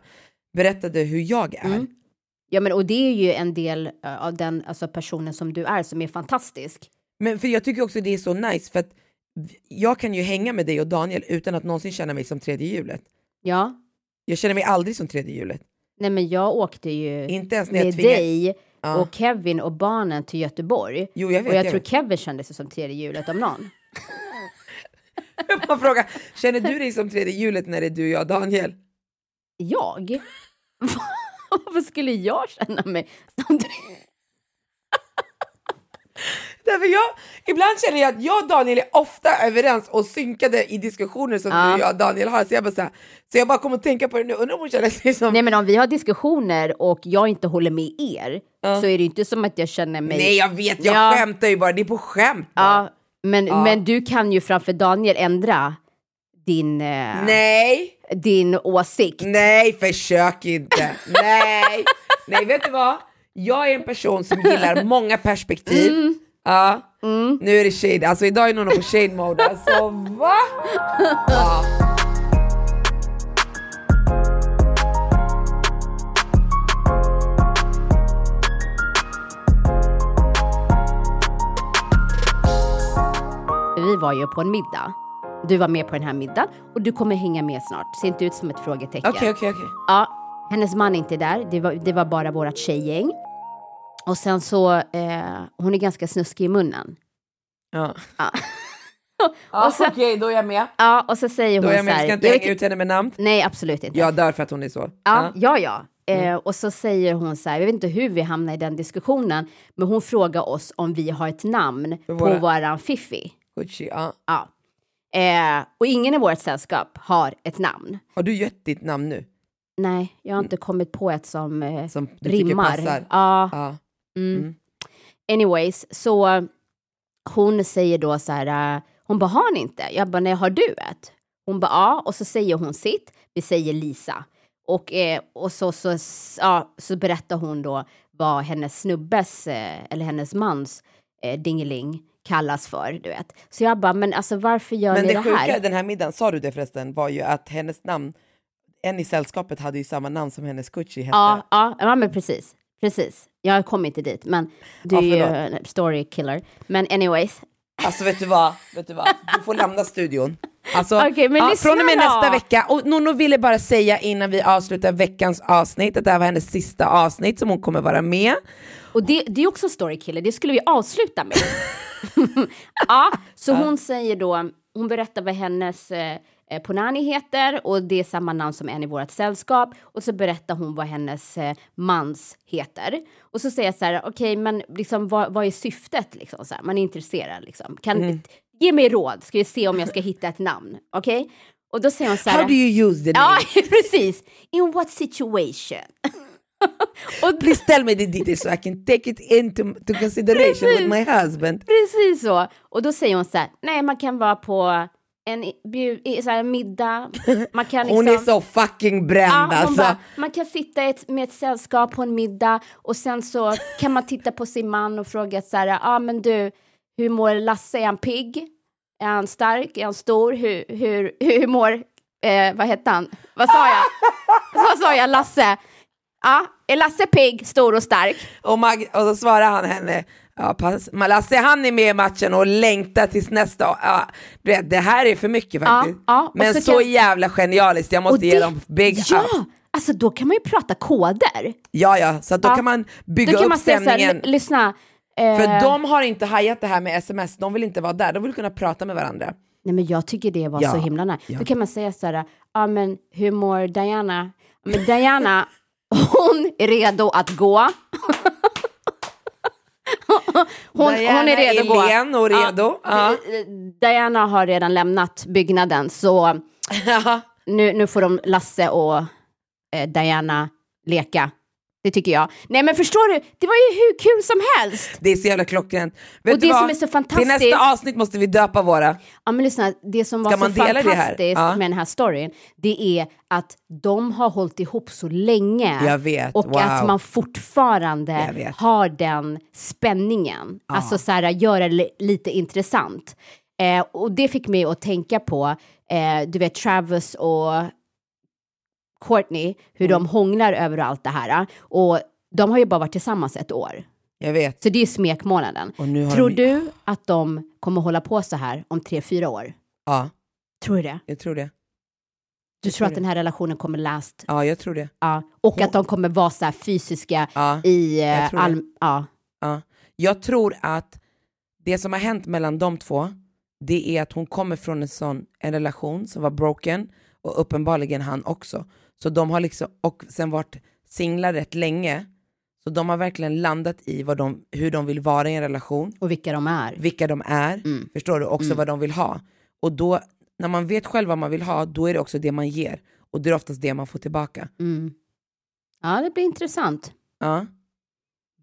S4: berättade hur jag är.
S3: Ja, men och det är ju en del eh, av den alltså, personen som du är som är fantastisk.
S4: Men för jag tycker också det är så nice för att vi- jag kan ju hänga med dig och Daniel utan att någonsin känna mig som tredje hjulet.
S3: Ja,
S4: Jag känner mig aldrig som tredje hjulet.
S3: nej, men jag åkte ju
S4: Inte ens när jag
S3: med
S4: tvingar...
S3: dig
S4: Ja.
S3: och Kevin och barnen till Göteborg.
S4: Jo, jag vet,
S3: och jag,
S4: jag
S3: tror
S4: vet.
S3: Kevin kände sig som tredje hjulet om någon.
S4: Man frågar, känner du dig som tredje hjulet när det är du, jag och Daniel?
S3: Jag? Varför skulle jag känna mig som tredje-
S4: Därför jag, ibland känner jag att jag och Daniel är ofta överens och synkade i diskussioner som
S3: Ja.
S4: du, jag och Daniel har. Så jag bara, så här, så jag bara kommer att tänka på det nu, undrar om hon känner sig som...
S3: Nej men om vi har diskussioner och jag inte håller med er så är det ju inte som att jag känner mig...
S4: Nej, jag vet, jag
S3: Ja.
S4: skämtar ju bara, det är på skämt. bara.
S3: Ja, men, men du kan ju framför Daniel ändra din, eh,
S4: Nej!
S3: din åsikt.
S4: Nej, försök inte. Nej. Nej, vet du vad? Jag är en person som gillar många perspektiv.
S3: Mm.
S4: Ja. Nu är det shade, alltså idag är någon på shade mode. Alltså va? Ja.
S3: Vi var ju på en middag. Du var med på den här middagen och du kommer hänga med snart. Ser inte ut som ett frågetecken.
S4: Okej, okej, okej.
S3: Ja, hennes man är inte där. Det var, det var bara vårt tjejgäng. Och sen så, eh, hon är ganska snuskig i munnen.
S4: Ja.
S3: och, sen,
S4: Okej, då är jag med.
S3: ja, och så säger
S4: Då
S3: hon
S4: är jag
S3: så
S4: med, jag
S3: här.
S4: ska inte
S3: jag
S4: hänga
S3: vet
S4: ut henne med namn.
S3: Nej, absolut inte.
S4: Jag dör för att hon är så.
S3: Ja, ja, ja. Eh,
S4: Mm.
S3: och så säger hon så här, jag vet inte hur vi hamnar i den diskussionen, men hon frågar oss om vi har ett namn på
S4: våra-
S3: våran fiffi.
S4: Gucci, ja.
S3: Ja. Eh, och ingen i vårt sällskap har ett namn.
S4: Har du gett ditt namn nu?
S3: Nej, jag har inte kommit på ett som, eh,
S4: Mm. Som du tycker
S3: rimmar.
S4: passar.
S3: Ja,
S4: Ja.
S3: mm. Anyways, så eh, hon säger då så här, eh, hon bara har ni inte? Jag bara nej, har du ett? Hon bara ja, och så säger hon sitt, vi säger Lisa. Och, eh, och så, så, s- ja, så berättar hon då vad hennes snubbes, eh, eller hennes mans eh, dingeling kallas för, du vet. Så jag bara, men alltså varför gör
S4: Men
S3: ni
S4: det
S3: det här?
S4: sjuka i den här middagen, sa du det förresten, var ju att hennes namn, en i sällskapet hade ju samma namn som hennes Gucci hette.
S3: Ja, ja, ja men precis. Precis. Jag kom inte dit, men du
S4: Ja,
S3: är ju
S4: förlåt.
S3: en story killer. Men anyways,
S4: Alltså vet du vad, vet du vad, du får lämna studion. Alltså,
S3: Okej, men lyssna
S4: från och med
S3: då.
S4: nästa vecka, och Nono ville bara säga innan vi avslutar veckans avsnitt att det här var hennes sista avsnitt som hon kommer vara med.
S3: och det, det är också en story killer, det skulle vi avsluta med. ja, så hon säger då, hon berättar vad hennes eh, eh, Ponani heter och det är samma namn som en i vårt sällskap och så berättar hon vad hennes eh, mans heter. Och så säger jag så här, okej, men liksom, vad, vad är syftet? Liksom, så här, man är intresserad liksom. Kan,
S4: Mm.
S3: Ge mig råd, ska vi se om jag ska hitta ett namn, okej? Och då säger hon så här...
S4: How do you use the name?
S3: Ja, precis. In what situation? och
S4: Please tell me the details so I can take it into to consideration with my husband.
S3: precis så. Och då säger hon så här, nej man kan vara på en i- bjud, i- så här, middag, man kan liksom...
S4: Hon är så fucking bränd
S3: Ja, hon
S4: alltså.
S3: bara, man kan sitta i ett, med ett sällskap på en middag och sen så kan man titta på sin man och fråga så här, ja ah, men du, hur mår Lasse, är han pigg? Är han stark? Är han stor? Hur, hur, hur, hur mår, eh, vad hette han? Vad sa jag? vad sa jag, Lasse? Ja, är Lasse pigg, stor och stark?
S4: Och, Mag- och då svarar han henne, ja, pass. Malasse han är med i matchen och längtar tills nästa, ja, du vet, det här är för mycket faktiskt.
S3: ja, och
S4: Men
S3: så
S4: så,
S3: kan-
S4: jävla genialiskt, jag måste
S3: Och
S4: ge dem big
S3: ja,
S4: up.
S3: alltså då kan man ju prata koder.
S4: Ja, ja, så att då
S3: Ja.
S4: kan man bygga
S3: Då kan
S4: upp
S3: man säga så här,
S4: stämningen.
S3: "L- lyssna, eh,
S4: för de har inte hajat det här med sms, de vill inte vara där, de vill kunna prata med varandra.
S3: Nej men jag tycker det var
S4: Ja,
S3: så himla nice.
S4: ja.
S3: Då kan man säga så här, ja men hur mår Diana? Ja, Men Diana, hon är redo att gå. Hon, hon
S4: Diana
S3: är redo att gå.
S4: är len och redo. Ja.
S3: Eh, Diana har redan lämnat byggnaden så nu, nu får de Lasse och eh, Diana leka. Det tycker jag. Nej men förstår du, det var ju hur kul som helst.
S4: Det är så jävla klockrent. Vet
S3: Och
S4: du
S3: det
S4: vad?
S3: som är så
S4: Till
S3: fantastiskt-
S4: nästa avsnitt måste vi döpa våra.
S3: Ja men lyssna, det som var
S4: Ska
S3: så
S4: man dela det här?
S3: fantastiskt
S4: Ja.
S3: med den här storyn, det är att de har hållit ihop så länge.
S4: Jag vet,
S3: och
S4: wow.
S3: att man
S4: Jag
S3: fortfarande
S4: vet.
S3: har den spänningen. Alltså så här, göra det li- lite intressant. Eh, och det fick mig att tänka på, eh, du vet Travis och Courtney, hur
S4: Mm.
S3: de hånglar över allt det här. Och de har ju bara varit tillsammans ett år.
S4: Jag vet.
S3: Så det är ju smekmånaden.
S4: Och nu har
S3: Tror
S4: de-
S3: du att de kommer hålla på så här om tre, fyra år?
S4: Ja,
S3: Tror du det?
S4: jag tror det.
S3: Du tror att den här relationen kommer last?
S4: Ja, jag tror det.
S3: Ja. Och att de kommer vara så här fysiska
S4: Ja,
S3: i...
S4: jag
S3: eh,
S4: tror det.
S3: all... Ja.
S4: Ja. Jag tror att det som har hänt mellan de två, det är att hon kommer från en sån en relation som var broken och uppenbarligen han också. Så de har liksom, och sen varit singlar rätt länge. Så de har verkligen landat i vad de, hur de vill vara i en relation,
S3: Och vilka de är.
S4: vilka de är, förstår du? Också vad de vill ha. Och då, när man vet själv vad man vill ha, då är det också det man ger. Och det är oftast det man får tillbaka.
S3: Mm. Ja, det blir intressant.
S4: Ja.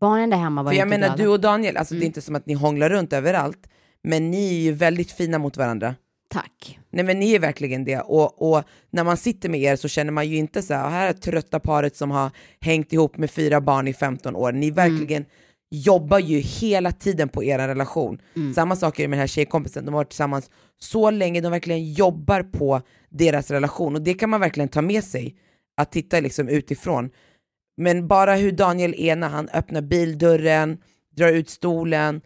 S3: Barnen där hemma var
S4: För
S3: ju
S4: jag
S3: inte
S4: menar
S3: glada.
S4: du och Daniel, alltså det är inte som att ni hånglar runt överallt, men ni är ju väldigt fina mot varandra.
S3: Tack.
S4: Nej men ni är verkligen det och, och när man sitter med er så känner man ju inte så här, "Ah, här är trötta paret som har hängt ihop med fyra barn i 15 år. Ni verkligen jobbar ju hela tiden på er relation. Samma sak är det med den här tjejkompisen, de har varit tillsammans så länge, de verkligen jobbar på deras relation och det kan man verkligen ta med sig, att titta liksom utifrån. Men bara hur Daniel är när han öppnar bildörren, drar ut stolen,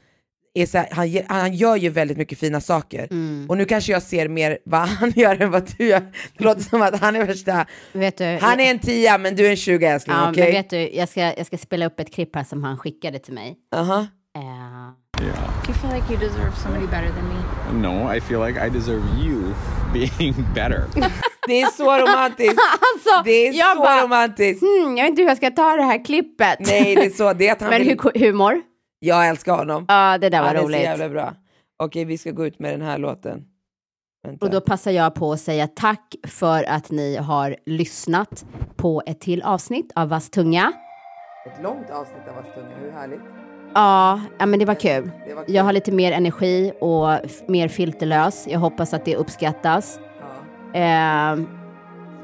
S4: är så här, han, ge- han gör ju väldigt mycket fina saker.
S3: Mm.
S4: Och nu kanske jag ser mer vad han gör än vad du gör. Det låter som att han är värsta,
S3: Vet du,
S4: han är en tia men du är en tjuga älskling,
S3: ja,
S4: okej?
S3: men vet du, jag ska, jag ska spela upp ett klipp här som han skickade till mig.
S4: Aha.
S3: Eh,
S10: Do you feel like you deserve somebody better than me?
S6: No, I feel like I deserve you being better.
S4: Det är så romantiskt.
S3: Alltså,
S4: det är
S3: jag
S4: så
S3: bara-
S4: romantiskt.
S3: hmm, jag vet inte hur jag ska ta det här klippet.
S4: Nej det är så, det är att han
S3: Men
S4: vill,
S3: hu- humor?
S4: jag älskar honom.
S3: Ja, det där var
S4: han är så
S3: roligt.
S4: jävla bra. Okej vi ska gå ut med den här låten. Vänta.
S3: Och då passar jag på att säga tack för att ni har lyssnat på ett till avsnitt av Vass tunga.
S4: Ett långt avsnitt av Vastunga, hur härligt?
S3: Ja, ja, men det var kul.
S4: Det var kul.
S3: Jag har lite mer energi och f- mer filterlös. Jag hoppas att det uppskattas.
S4: Ja.
S3: Ehm,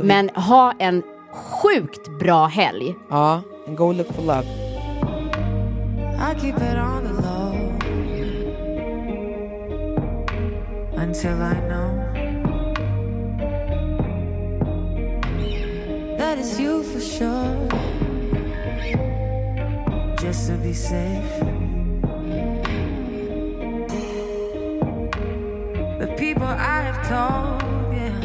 S3: men ha en sjukt bra helg.
S4: ja, Uh, and go look for love.
S9: I keep it on the low until I know that it's you for sure. Just to be safe, the people I have told, yeah,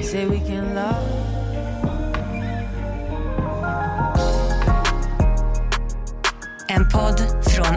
S9: say we can love.
S2: En podd från